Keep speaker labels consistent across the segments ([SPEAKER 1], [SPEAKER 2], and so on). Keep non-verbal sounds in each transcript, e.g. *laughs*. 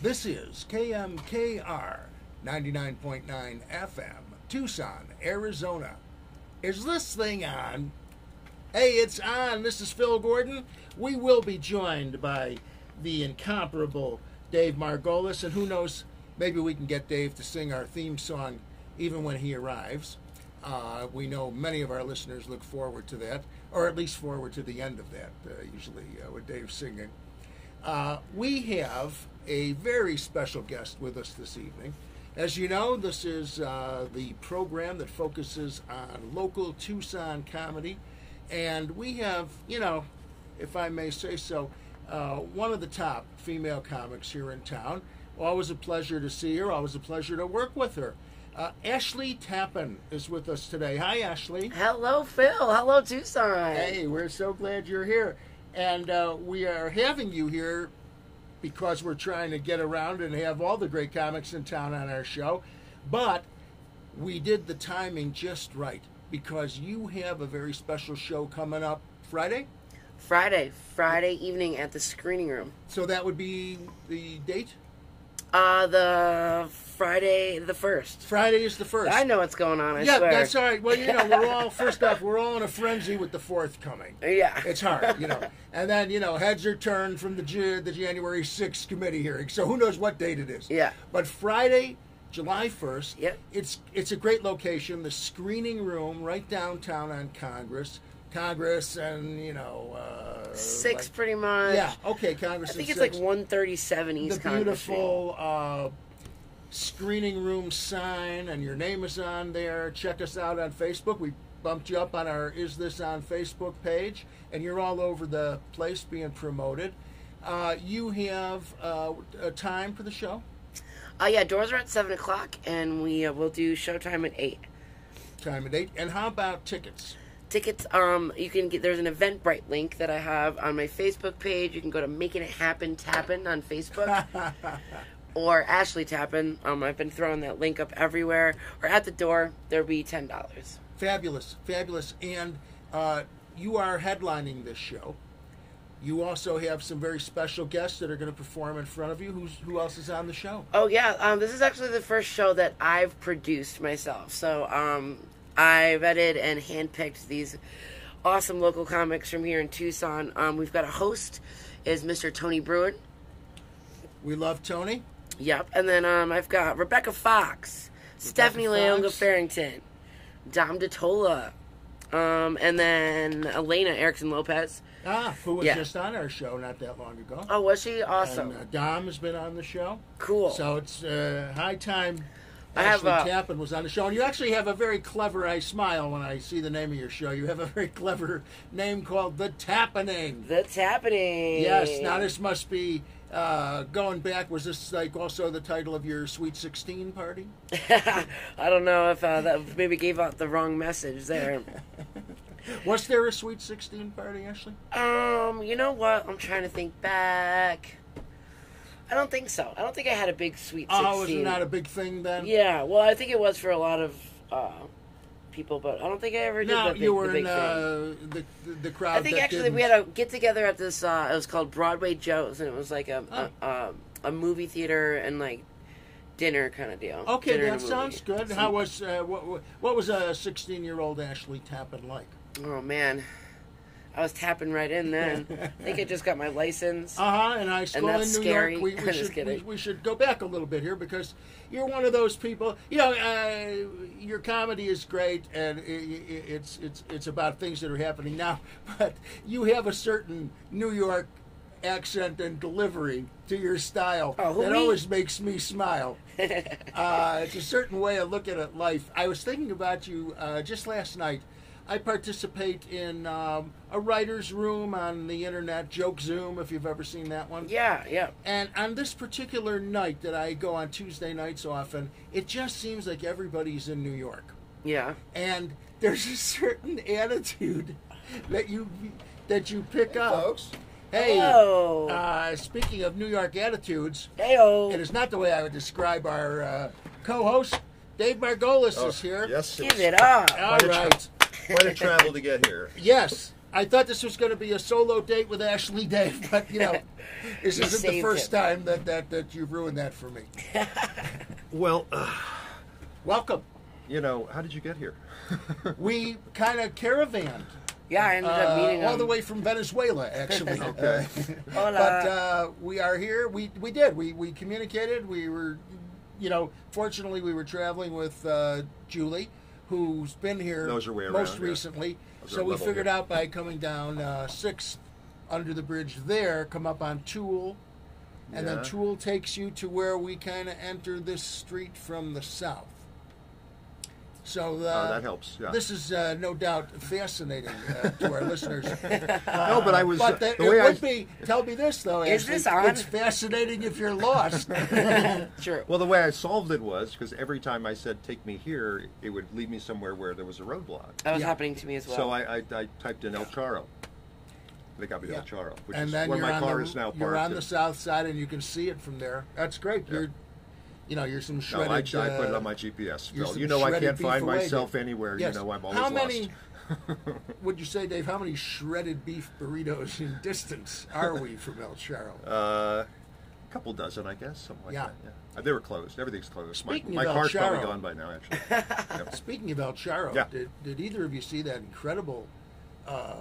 [SPEAKER 1] This is KMKR 99.9 FM, Tucson, Arizona. Is this thing on? Hey, it's on. This is Phil Gordon. We will be joined by the incomparable Dave Margolis, and who knows, maybe we can get Dave to sing our theme song even when he arrives. Uh, we know many of our listeners look forward to that, or at least forward to the end of that, uh, usually uh, with Dave singing. Uh, we have a very special guest with us this evening. As you know, this is uh, the program that focuses on local Tucson comedy. And we have, you know, if I may say so, uh, one of the top female comics here in town. Always a pleasure to see her, always a pleasure to work with her. Uh, Ashley Tappan is with us today. Hi, Ashley.
[SPEAKER 2] Hello, Phil. Hello, Tucson.
[SPEAKER 1] Hey, we're so glad you're here. And uh, we are having you here because we're trying to get around and have all the great comics in town on our show. But we did the timing just right because you have a very special show coming up Friday.
[SPEAKER 2] Friday, Friday evening at the screening room.
[SPEAKER 1] So that would be the date?
[SPEAKER 2] Uh, the Friday the first.
[SPEAKER 1] Friday is the first.
[SPEAKER 2] I know what's going on. I
[SPEAKER 1] Yeah,
[SPEAKER 2] swear.
[SPEAKER 1] that's all right. Well, you know, we're
[SPEAKER 2] *laughs*
[SPEAKER 1] all, first off, we're all in a frenzy with the fourth coming.
[SPEAKER 2] Yeah.
[SPEAKER 1] It's hard, you know. *laughs* And then, you know, heads are turned from the Ju- the January 6th committee hearing. So who knows what date it is.
[SPEAKER 2] Yeah.
[SPEAKER 1] But Friday, July 1st,
[SPEAKER 2] Yep.
[SPEAKER 1] it's it's a great location, the screening room right downtown on Congress. Congress and, you know, uh
[SPEAKER 2] six
[SPEAKER 1] like-
[SPEAKER 2] pretty much.
[SPEAKER 1] Yeah, okay, Congress
[SPEAKER 2] I think
[SPEAKER 1] and
[SPEAKER 2] it's
[SPEAKER 1] six.
[SPEAKER 2] like one thirty-seven
[SPEAKER 1] the
[SPEAKER 2] East. Congress Street.
[SPEAKER 1] beautiful uh screening room sign and your name is on there. Check us out on Facebook. We bumped you up on our Is This on Facebook page, and you're all over the place being promoted. Uh, you have uh, a time for the show?
[SPEAKER 2] Uh, yeah, doors are at seven o'clock, and we uh, will do showtime at eight.
[SPEAKER 1] Time and date. And how about tickets?
[SPEAKER 2] Tickets, um, you can get. There's an Eventbrite link that I have on my Facebook page. You can go to Making It Happen Tappin on Facebook, or Ashley Tappin. Um, I've been throwing that link up everywhere. Or at the door, there'll be ten dollars.
[SPEAKER 1] Fabulous, fabulous. And uh, you are headlining this show. You also have some very special guests that are going to perform in front of you. Who's, who else is on the show?
[SPEAKER 2] Oh yeah, um, this is actually the first show that I've produced myself. So um, I vetted and handpicked these awesome local comics from here in Tucson. Um, we've got a host is Mr. Tony Bruin.
[SPEAKER 1] We love Tony.
[SPEAKER 2] Yep, and then um, I've got Rebecca Fox, Stephanie
[SPEAKER 1] Fox.
[SPEAKER 2] Leonga Farrington, Dom DeTola, um, and then Elena Erickson Lopez.
[SPEAKER 1] Ah, who was
[SPEAKER 2] Yeah.
[SPEAKER 1] just on our show not that long ago.
[SPEAKER 2] Oh, was she awesome?
[SPEAKER 1] And, uh, Dom has been on the show.
[SPEAKER 2] Cool.
[SPEAKER 1] So it's uh, high time.
[SPEAKER 2] I have,
[SPEAKER 1] Ashley
[SPEAKER 2] uh,
[SPEAKER 1] Tappan was on the show, and you actually have a very clever. I smile when I see the name of your show. You have a very *laughs* clever name called the Tappaning.
[SPEAKER 2] That's happening.
[SPEAKER 1] Yes. Now this must be uh, going back. Was this like also the title of your Sweet Sixteen party?
[SPEAKER 2] *laughs* I don't know if uh, that maybe gave out the wrong
[SPEAKER 1] *laughs*
[SPEAKER 2] message there.
[SPEAKER 1] Was there a Sweet Sixteen party, Ashley?
[SPEAKER 2] Um, you know what? I'm trying to think back. I don't think so. I don't think I had a big sweet sixteen.
[SPEAKER 1] Oh, was it not a big thing then?
[SPEAKER 2] yeah, well, I think it was for a lot of uh, people, but I don't think I ever did
[SPEAKER 1] No,
[SPEAKER 2] the big,
[SPEAKER 1] you were
[SPEAKER 2] the big
[SPEAKER 1] in
[SPEAKER 2] thing.
[SPEAKER 1] uh, the, the the crowd.
[SPEAKER 2] I think
[SPEAKER 1] that
[SPEAKER 2] actually
[SPEAKER 1] didn't-
[SPEAKER 2] we had a get together at this. Uh, it was called Broadway Joe's, and it was like a
[SPEAKER 1] Oh.
[SPEAKER 2] a, um a movie theater and like dinner kind of deal.
[SPEAKER 1] Okay,
[SPEAKER 2] Dinner and
[SPEAKER 1] that
[SPEAKER 2] a movie.
[SPEAKER 1] sounds good. How was uh, what, what- what was a sixteen-year-old Ashley Tappan like?
[SPEAKER 2] *laughs* Oh man, I was tapping right
[SPEAKER 1] *laughs*
[SPEAKER 2] in then. I think I just got my license.
[SPEAKER 1] Uh huh. And I school
[SPEAKER 2] that's
[SPEAKER 1] in New
[SPEAKER 2] scary.
[SPEAKER 1] York. We,
[SPEAKER 2] I'm
[SPEAKER 1] we
[SPEAKER 2] *laughs* just
[SPEAKER 1] should we,
[SPEAKER 2] kidding.
[SPEAKER 1] we should go back a little bit here because you're one of those people. You know, uh, your comedy is great, and i i it's it's it's about things that are happening now. *laughs* But you have a certain New York accent and delivery to your style
[SPEAKER 2] Oh, who,
[SPEAKER 1] that
[SPEAKER 2] me?
[SPEAKER 1] always makes me smile. uh, it's a certain way of looking at life. I was thinking about you uh, just last night. I participate in um, a writer's room on the internet, Joke Zoom, if you've ever seen that one.
[SPEAKER 2] yeah, yeah.
[SPEAKER 1] And on this particular night that I go on Tuesday nights often, it just seems like everybody's in New York
[SPEAKER 2] Yeah.
[SPEAKER 1] and there's a certain *laughs* attitude that you that you pick up.
[SPEAKER 3] folks.
[SPEAKER 1] Hey,
[SPEAKER 2] Hello.
[SPEAKER 1] uh, speaking of New York attitudes,
[SPEAKER 2] Heyo.
[SPEAKER 1] it is not the way I would describe our uh, co-host Dave
[SPEAKER 2] Oh,
[SPEAKER 1] Margolis Oh, is here.
[SPEAKER 3] Yes,
[SPEAKER 2] Give
[SPEAKER 3] was
[SPEAKER 1] Uh,
[SPEAKER 2] it up.
[SPEAKER 1] All right.
[SPEAKER 3] Quite a travel to get here.
[SPEAKER 1] Yes. I thought this was going to be a solo date with Ashley Dave, *laughs* but you
[SPEAKER 2] *laughs*
[SPEAKER 1] know, this
[SPEAKER 2] You
[SPEAKER 1] isn't the
[SPEAKER 2] saved
[SPEAKER 1] first
[SPEAKER 2] him.
[SPEAKER 1] time that, that, that you've ruined that for me.
[SPEAKER 3] Well, uh,
[SPEAKER 1] Welcome.
[SPEAKER 3] you know, how did you get here?
[SPEAKER 1] We kind of caravanned
[SPEAKER 2] Yeah, I ended up
[SPEAKER 1] uh,
[SPEAKER 2] meeting
[SPEAKER 1] all
[SPEAKER 2] him.
[SPEAKER 1] the way from Venezuela,
[SPEAKER 2] *laughs*
[SPEAKER 1] actually.
[SPEAKER 3] *laughs* Okay.
[SPEAKER 1] Uh,
[SPEAKER 2] Hola.
[SPEAKER 1] But uh, we are here. We we did. We we communicated. We were, you know, fortunately we were traveling with uh, Julie, who's been here
[SPEAKER 3] Knows her way
[SPEAKER 1] most
[SPEAKER 3] around, yeah.
[SPEAKER 1] recently.
[SPEAKER 3] Knows her
[SPEAKER 1] So we
[SPEAKER 3] level
[SPEAKER 1] figured
[SPEAKER 3] here.
[SPEAKER 1] out by coming down uh, six under the bridge there, come up on Tool. And
[SPEAKER 3] Yeah.
[SPEAKER 1] then Tool takes you to where we kind of enter this street from the south. So uh,
[SPEAKER 3] Oh, that helps, yeah.
[SPEAKER 1] This is uh, no doubt fascinating uh, to our listeners.
[SPEAKER 3] *laughs* no, but I was.
[SPEAKER 1] But that,
[SPEAKER 3] the
[SPEAKER 1] it
[SPEAKER 3] way I,
[SPEAKER 1] would be. Tell me this though.
[SPEAKER 2] Is
[SPEAKER 1] Ashley,
[SPEAKER 2] this on?
[SPEAKER 1] It's fascinating if you're
[SPEAKER 3] *laughs*
[SPEAKER 1] lost. uh,
[SPEAKER 2] Sure.
[SPEAKER 3] *laughs* Well, the way I solved it was because every time I said "take me here," it would lead me somewhere where there was a roadblock.
[SPEAKER 2] that was
[SPEAKER 1] yeah.
[SPEAKER 2] happening to me as well.
[SPEAKER 3] So I, I, I typed in El Charo. They got me
[SPEAKER 1] Yeah.
[SPEAKER 3] El Charo, which
[SPEAKER 1] and
[SPEAKER 3] is
[SPEAKER 1] then
[SPEAKER 3] where
[SPEAKER 1] you're
[SPEAKER 3] my
[SPEAKER 1] on
[SPEAKER 3] car
[SPEAKER 1] the
[SPEAKER 3] is now parked.
[SPEAKER 1] you're on
[SPEAKER 3] and-
[SPEAKER 1] the south side, and you can see it from there. That's great.
[SPEAKER 3] Yeah.
[SPEAKER 1] You're, you know, you're some
[SPEAKER 3] no, I, I
[SPEAKER 1] shredded.
[SPEAKER 3] put it
[SPEAKER 1] uh,
[SPEAKER 3] on my GPS.
[SPEAKER 1] you're
[SPEAKER 3] Phil.
[SPEAKER 1] some
[SPEAKER 3] You know I
[SPEAKER 1] shredded
[SPEAKER 3] can't
[SPEAKER 1] beef
[SPEAKER 3] find
[SPEAKER 1] away,
[SPEAKER 3] myself
[SPEAKER 1] dude.
[SPEAKER 3] anywhere.
[SPEAKER 1] Yes.
[SPEAKER 3] You know I'm always
[SPEAKER 1] how
[SPEAKER 3] lost.
[SPEAKER 1] many, *laughs* would you say, Dave? How many shredded beef burritos in distance are we from El Charo?
[SPEAKER 3] *laughs* Uh, a couple dozen, I guess, something like
[SPEAKER 1] Yeah.
[SPEAKER 3] that. Yeah. Uh, They were closed. Everything's closed. My,
[SPEAKER 1] Speaking
[SPEAKER 3] my
[SPEAKER 1] of El
[SPEAKER 3] car's probably
[SPEAKER 1] Charo.
[SPEAKER 3] gone by now, actually.
[SPEAKER 1] *laughs*
[SPEAKER 3] Yep.
[SPEAKER 1] Speaking of El Charo,
[SPEAKER 3] Yeah.
[SPEAKER 1] did, did either of you see that incredible uh,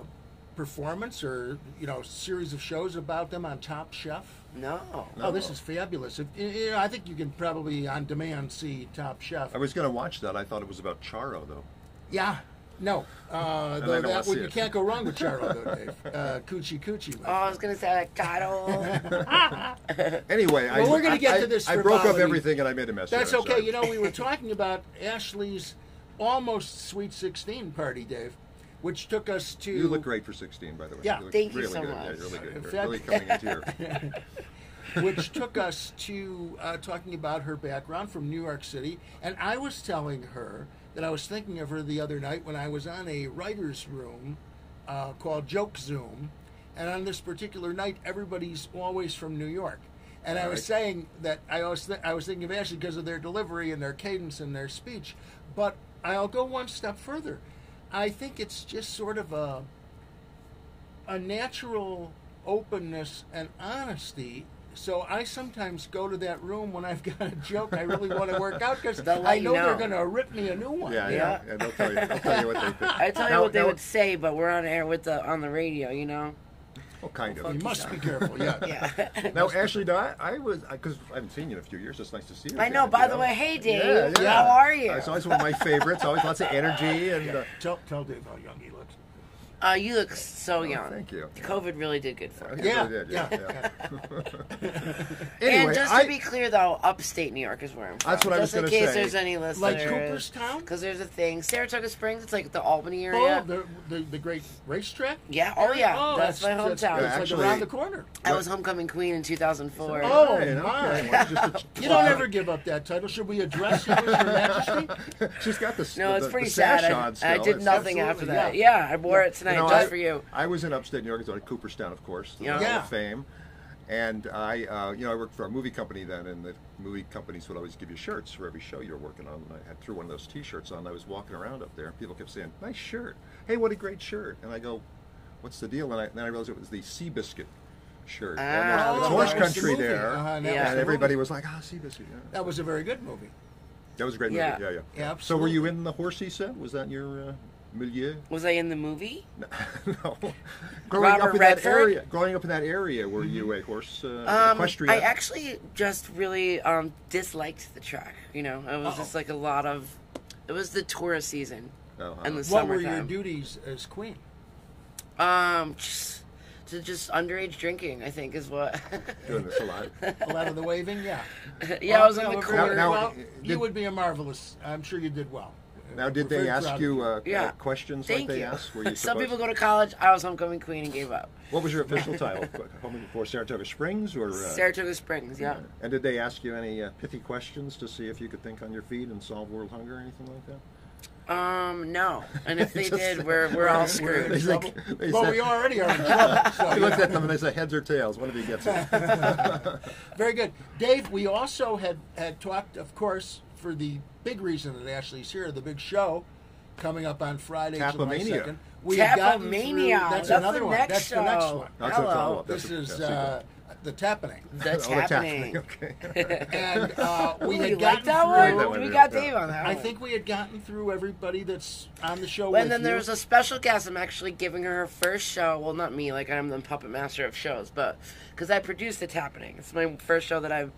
[SPEAKER 1] performance or you know series of shows about them on Top Chef?
[SPEAKER 2] no.
[SPEAKER 3] No.
[SPEAKER 1] Oh, this is fabulous! If, you- you know, I think you can probably on demand see Top Chef.
[SPEAKER 3] I was going to watch that. I thought it was about Charo, though.
[SPEAKER 1] yeah, no, uh,
[SPEAKER 3] And
[SPEAKER 1] though
[SPEAKER 3] I don't wanna
[SPEAKER 1] that
[SPEAKER 3] see
[SPEAKER 1] would, you
[SPEAKER 3] it. Uh,
[SPEAKER 1] can't go wrong with Charo,
[SPEAKER 3] *laughs*
[SPEAKER 1] though, Dave. Uh, coochie coochie. my
[SPEAKER 2] Oh, I was gonna say like, God,
[SPEAKER 3] *laughs*
[SPEAKER 2] oh.
[SPEAKER 3] Anyway, I,
[SPEAKER 1] Well, we're gonna
[SPEAKER 3] I-
[SPEAKER 1] get to
[SPEAKER 3] I-
[SPEAKER 1] this
[SPEAKER 3] I broke up
[SPEAKER 1] frivolity.
[SPEAKER 3] everything and I made a mess.
[SPEAKER 1] That's
[SPEAKER 3] of it. I'm
[SPEAKER 1] okay.
[SPEAKER 3] sorry.
[SPEAKER 1] You know, we
[SPEAKER 3] *laughs*
[SPEAKER 1] were talking about Ashley's almost Sweet 16 party, Dave, which took us to.
[SPEAKER 3] You look great for 16, by the way.
[SPEAKER 1] Yeah,
[SPEAKER 3] look
[SPEAKER 2] thank you
[SPEAKER 3] really
[SPEAKER 2] so
[SPEAKER 3] good.
[SPEAKER 2] much.
[SPEAKER 3] Yeah, you're really
[SPEAKER 1] In
[SPEAKER 3] good. You're
[SPEAKER 1] fact-
[SPEAKER 3] really coming
[SPEAKER 2] *laughs*
[SPEAKER 3] into your.
[SPEAKER 1] which took us to uh, talking about her background from New York City. And I was telling her that I was thinking of her the other night when I was on a writer's room uh, called Joke Zoom. And on this particular night, everybody's always from New York. And I was
[SPEAKER 3] Right.
[SPEAKER 1] saying that I was, th- I was thinking of Ashley because of their delivery and their cadence and their speech. But I'll go one step further. I think it's just sort of a a natural openness and honesty. So I sometimes go to that room when I've got a joke I really want to work out
[SPEAKER 3] *laughs*
[SPEAKER 1] because
[SPEAKER 2] They'll let
[SPEAKER 1] I
[SPEAKER 2] you
[SPEAKER 1] know,
[SPEAKER 2] know.
[SPEAKER 1] they're going to rip me a new one.
[SPEAKER 3] Yeah,
[SPEAKER 1] you
[SPEAKER 3] yeah.
[SPEAKER 1] know?
[SPEAKER 3] yeah they'll, tell you, they'll tell you what they
[SPEAKER 2] *laughs*
[SPEAKER 3] think.
[SPEAKER 2] I tell you
[SPEAKER 3] Now-
[SPEAKER 2] what they
[SPEAKER 3] now-
[SPEAKER 2] would say, but we're on air with the on the radio, you know.
[SPEAKER 3] Oh, kind
[SPEAKER 1] You
[SPEAKER 3] of.
[SPEAKER 1] must be careful. Yeah.
[SPEAKER 3] *laughs*
[SPEAKER 2] Yeah.
[SPEAKER 3] Now, Ashley, no, I, I was because I haven't seen you in a few years. It's nice to see you.
[SPEAKER 2] I
[SPEAKER 3] again,
[SPEAKER 2] know.
[SPEAKER 3] you
[SPEAKER 2] By the way, hey Dave,
[SPEAKER 3] Yeah, yeah. Uh,
[SPEAKER 2] how are you?
[SPEAKER 3] It's always one of my favorites. Always lots of energy and. Uh,
[SPEAKER 1] Tell, tell Dave how young he looks.
[SPEAKER 2] *laughs* Uh, you look so young.
[SPEAKER 3] Oh, thank you.
[SPEAKER 2] COVID really did good for you.
[SPEAKER 3] you
[SPEAKER 1] Yeah,
[SPEAKER 3] really did, yeah,
[SPEAKER 1] yeah.
[SPEAKER 3] yeah. anyway,
[SPEAKER 2] and just to
[SPEAKER 3] I,
[SPEAKER 2] be clear, though, upstate New York is where I'm from.
[SPEAKER 3] That's what I
[SPEAKER 2] just
[SPEAKER 3] was gonna
[SPEAKER 2] in case
[SPEAKER 3] say.
[SPEAKER 2] there's any listeners.
[SPEAKER 1] Cooperstown?
[SPEAKER 2] Because there's a thing. Saratoga Springs, it's like the Albany
[SPEAKER 1] Oh,
[SPEAKER 2] area.
[SPEAKER 1] the, the, the great racetrack?
[SPEAKER 2] Yeah, oh,
[SPEAKER 1] area?
[SPEAKER 2] yeah, that's my hometown.
[SPEAKER 1] It's
[SPEAKER 3] Actually-
[SPEAKER 1] like around the corner.
[SPEAKER 2] I was homecoming queen in 2004.
[SPEAKER 1] Oh,
[SPEAKER 3] Hey, no,
[SPEAKER 1] my.
[SPEAKER 3] okay, well, just a-
[SPEAKER 1] You don't ever give up that title. Should we address you as
[SPEAKER 3] *laughs*
[SPEAKER 1] your majesty?
[SPEAKER 3] She's got the
[SPEAKER 2] *laughs* no,
[SPEAKER 3] the-
[SPEAKER 2] it's
[SPEAKER 3] the
[SPEAKER 2] pretty
[SPEAKER 3] sash
[SPEAKER 2] sad. I-
[SPEAKER 3] on
[SPEAKER 2] I,
[SPEAKER 3] still.
[SPEAKER 2] did
[SPEAKER 3] It's-
[SPEAKER 2] nothing
[SPEAKER 1] absolutely,
[SPEAKER 2] after that.
[SPEAKER 1] yeah.
[SPEAKER 2] Yeah, I wore it tonight
[SPEAKER 3] You know,
[SPEAKER 2] just
[SPEAKER 3] I,
[SPEAKER 2] for you.
[SPEAKER 3] I was in upstate New York. It's on Cooperstown, of course, the
[SPEAKER 2] Yeah.
[SPEAKER 3] Hall
[SPEAKER 1] Yeah.
[SPEAKER 3] of Fame. And I, uh, you know, I worked for a movie company then, and the movie companies would always give you shirts for every show you were working on. And I had threw one of those T-shirts on. And I was walking around up there, and people kept saying, "Nice shirt! Hey, what a great shirt!" And I go, "What's the deal?" And I, then I realized it was the Seabiscuit shirt. and there's,
[SPEAKER 2] Ah.
[SPEAKER 3] there's
[SPEAKER 2] Oh,
[SPEAKER 3] horse
[SPEAKER 2] that was
[SPEAKER 1] the
[SPEAKER 3] country
[SPEAKER 1] movie.
[SPEAKER 3] there,
[SPEAKER 1] Uh-huh, and
[SPEAKER 2] that was
[SPEAKER 3] and
[SPEAKER 2] the
[SPEAKER 3] everybody
[SPEAKER 1] movie.
[SPEAKER 3] was like, "Ah, Seabiscuit." Yeah.
[SPEAKER 1] That was a very good movie.
[SPEAKER 3] That was a great movie.
[SPEAKER 2] Yeah.
[SPEAKER 3] Yeah, yeah.
[SPEAKER 1] Yeah,
[SPEAKER 3] so were you
[SPEAKER 1] absolutely.
[SPEAKER 3] in the horsey set? Was that your uh, milieu?
[SPEAKER 2] Was I in the movie?
[SPEAKER 3] *laughs* No. growing up
[SPEAKER 2] Robert
[SPEAKER 3] in that
[SPEAKER 2] Redford?
[SPEAKER 3] area, growing up in that area, were you a horse uh,
[SPEAKER 2] Um,
[SPEAKER 3] equestrian?
[SPEAKER 2] I actually just really um, disliked the track. You know, it was
[SPEAKER 1] Uh-oh.
[SPEAKER 2] just like a lot of. It was the tourist season
[SPEAKER 3] Oh,
[SPEAKER 2] and the
[SPEAKER 3] huh.
[SPEAKER 1] What were your
[SPEAKER 2] summertime.
[SPEAKER 1] duties as queen?
[SPEAKER 2] Um, just, to just underage drinking, I think, is what. *laughs*
[SPEAKER 3] doing this a lot.
[SPEAKER 1] A lot of the waving, yeah.
[SPEAKER 2] yeah, I was in
[SPEAKER 1] Well,
[SPEAKER 2] the
[SPEAKER 1] we're
[SPEAKER 2] corner.
[SPEAKER 1] very-
[SPEAKER 3] Now-
[SPEAKER 1] well,
[SPEAKER 3] now,
[SPEAKER 1] you
[SPEAKER 3] did-
[SPEAKER 1] would be a marvelous. I'm sure you did well.
[SPEAKER 3] Now, did
[SPEAKER 1] We're
[SPEAKER 3] they
[SPEAKER 1] very proud
[SPEAKER 3] ask
[SPEAKER 1] of
[SPEAKER 3] you uh,
[SPEAKER 2] Yeah.
[SPEAKER 3] uh, questions
[SPEAKER 2] Thank
[SPEAKER 3] like they
[SPEAKER 2] you.
[SPEAKER 3] asked? Were you
[SPEAKER 2] *laughs* Some
[SPEAKER 3] supposed-
[SPEAKER 2] people go to college. I was homecoming queen and gave up.
[SPEAKER 3] What was your
[SPEAKER 2] *laughs*
[SPEAKER 3] official title? Home for Saratoga Springs or? Uh,
[SPEAKER 2] Saratoga Springs, yeah.
[SPEAKER 3] And did they ask you any uh, pithy questions to see if you could think on your feet and solve world hunger or anything like that?
[SPEAKER 2] *laughs* Um, no. And
[SPEAKER 3] *laughs*
[SPEAKER 2] if they
[SPEAKER 3] Just-
[SPEAKER 2] did, we're, we're all
[SPEAKER 1] We're in
[SPEAKER 2] screwed.
[SPEAKER 3] *laughs* They
[SPEAKER 1] trouble.
[SPEAKER 3] said- they
[SPEAKER 1] well,
[SPEAKER 3] said-
[SPEAKER 1] we already are in
[SPEAKER 3] *laughs*
[SPEAKER 1] trouble. So,
[SPEAKER 3] I
[SPEAKER 1] yeah.
[SPEAKER 3] looked at them and they said, "Heads or tails? One of
[SPEAKER 2] *laughs*
[SPEAKER 3] you gets it."
[SPEAKER 1] Very good, Dave. We also had had talked, of course, for the big reason that Ashley's here, the big show, coming up on Friday, July
[SPEAKER 3] Tapomania.
[SPEAKER 1] 2nd. We have gotten through-
[SPEAKER 2] Tapomania.
[SPEAKER 1] That's,
[SPEAKER 2] That's
[SPEAKER 1] another
[SPEAKER 2] the
[SPEAKER 1] one.
[SPEAKER 2] next
[SPEAKER 1] that's the next
[SPEAKER 2] show.
[SPEAKER 1] one.
[SPEAKER 3] That's a
[SPEAKER 2] Hello.
[SPEAKER 3] follow-up. Oh, That's
[SPEAKER 1] This
[SPEAKER 3] a-
[SPEAKER 1] is
[SPEAKER 3] yeah, sequel.
[SPEAKER 1] uh, the tappening.
[SPEAKER 2] *laughs* That's
[SPEAKER 3] Oh, that's
[SPEAKER 2] happening.
[SPEAKER 3] happening. *laughs* Okay.
[SPEAKER 1] And
[SPEAKER 2] *laughs*
[SPEAKER 1] uh, we
[SPEAKER 2] Ooh,
[SPEAKER 1] had
[SPEAKER 2] you
[SPEAKER 1] gotten
[SPEAKER 2] like that
[SPEAKER 1] through.
[SPEAKER 2] one?
[SPEAKER 3] That one,
[SPEAKER 2] we
[SPEAKER 3] yeah.
[SPEAKER 2] got Dave on that
[SPEAKER 1] I
[SPEAKER 2] one.
[SPEAKER 1] think we had gotten through everybody that's on the show. with
[SPEAKER 2] And then
[SPEAKER 1] you.
[SPEAKER 2] there was a special guest. I'm actually giving her her first show. Well, not me, like I'm the puppet master of shows, but because I produced It's Happening. It's my first show that I've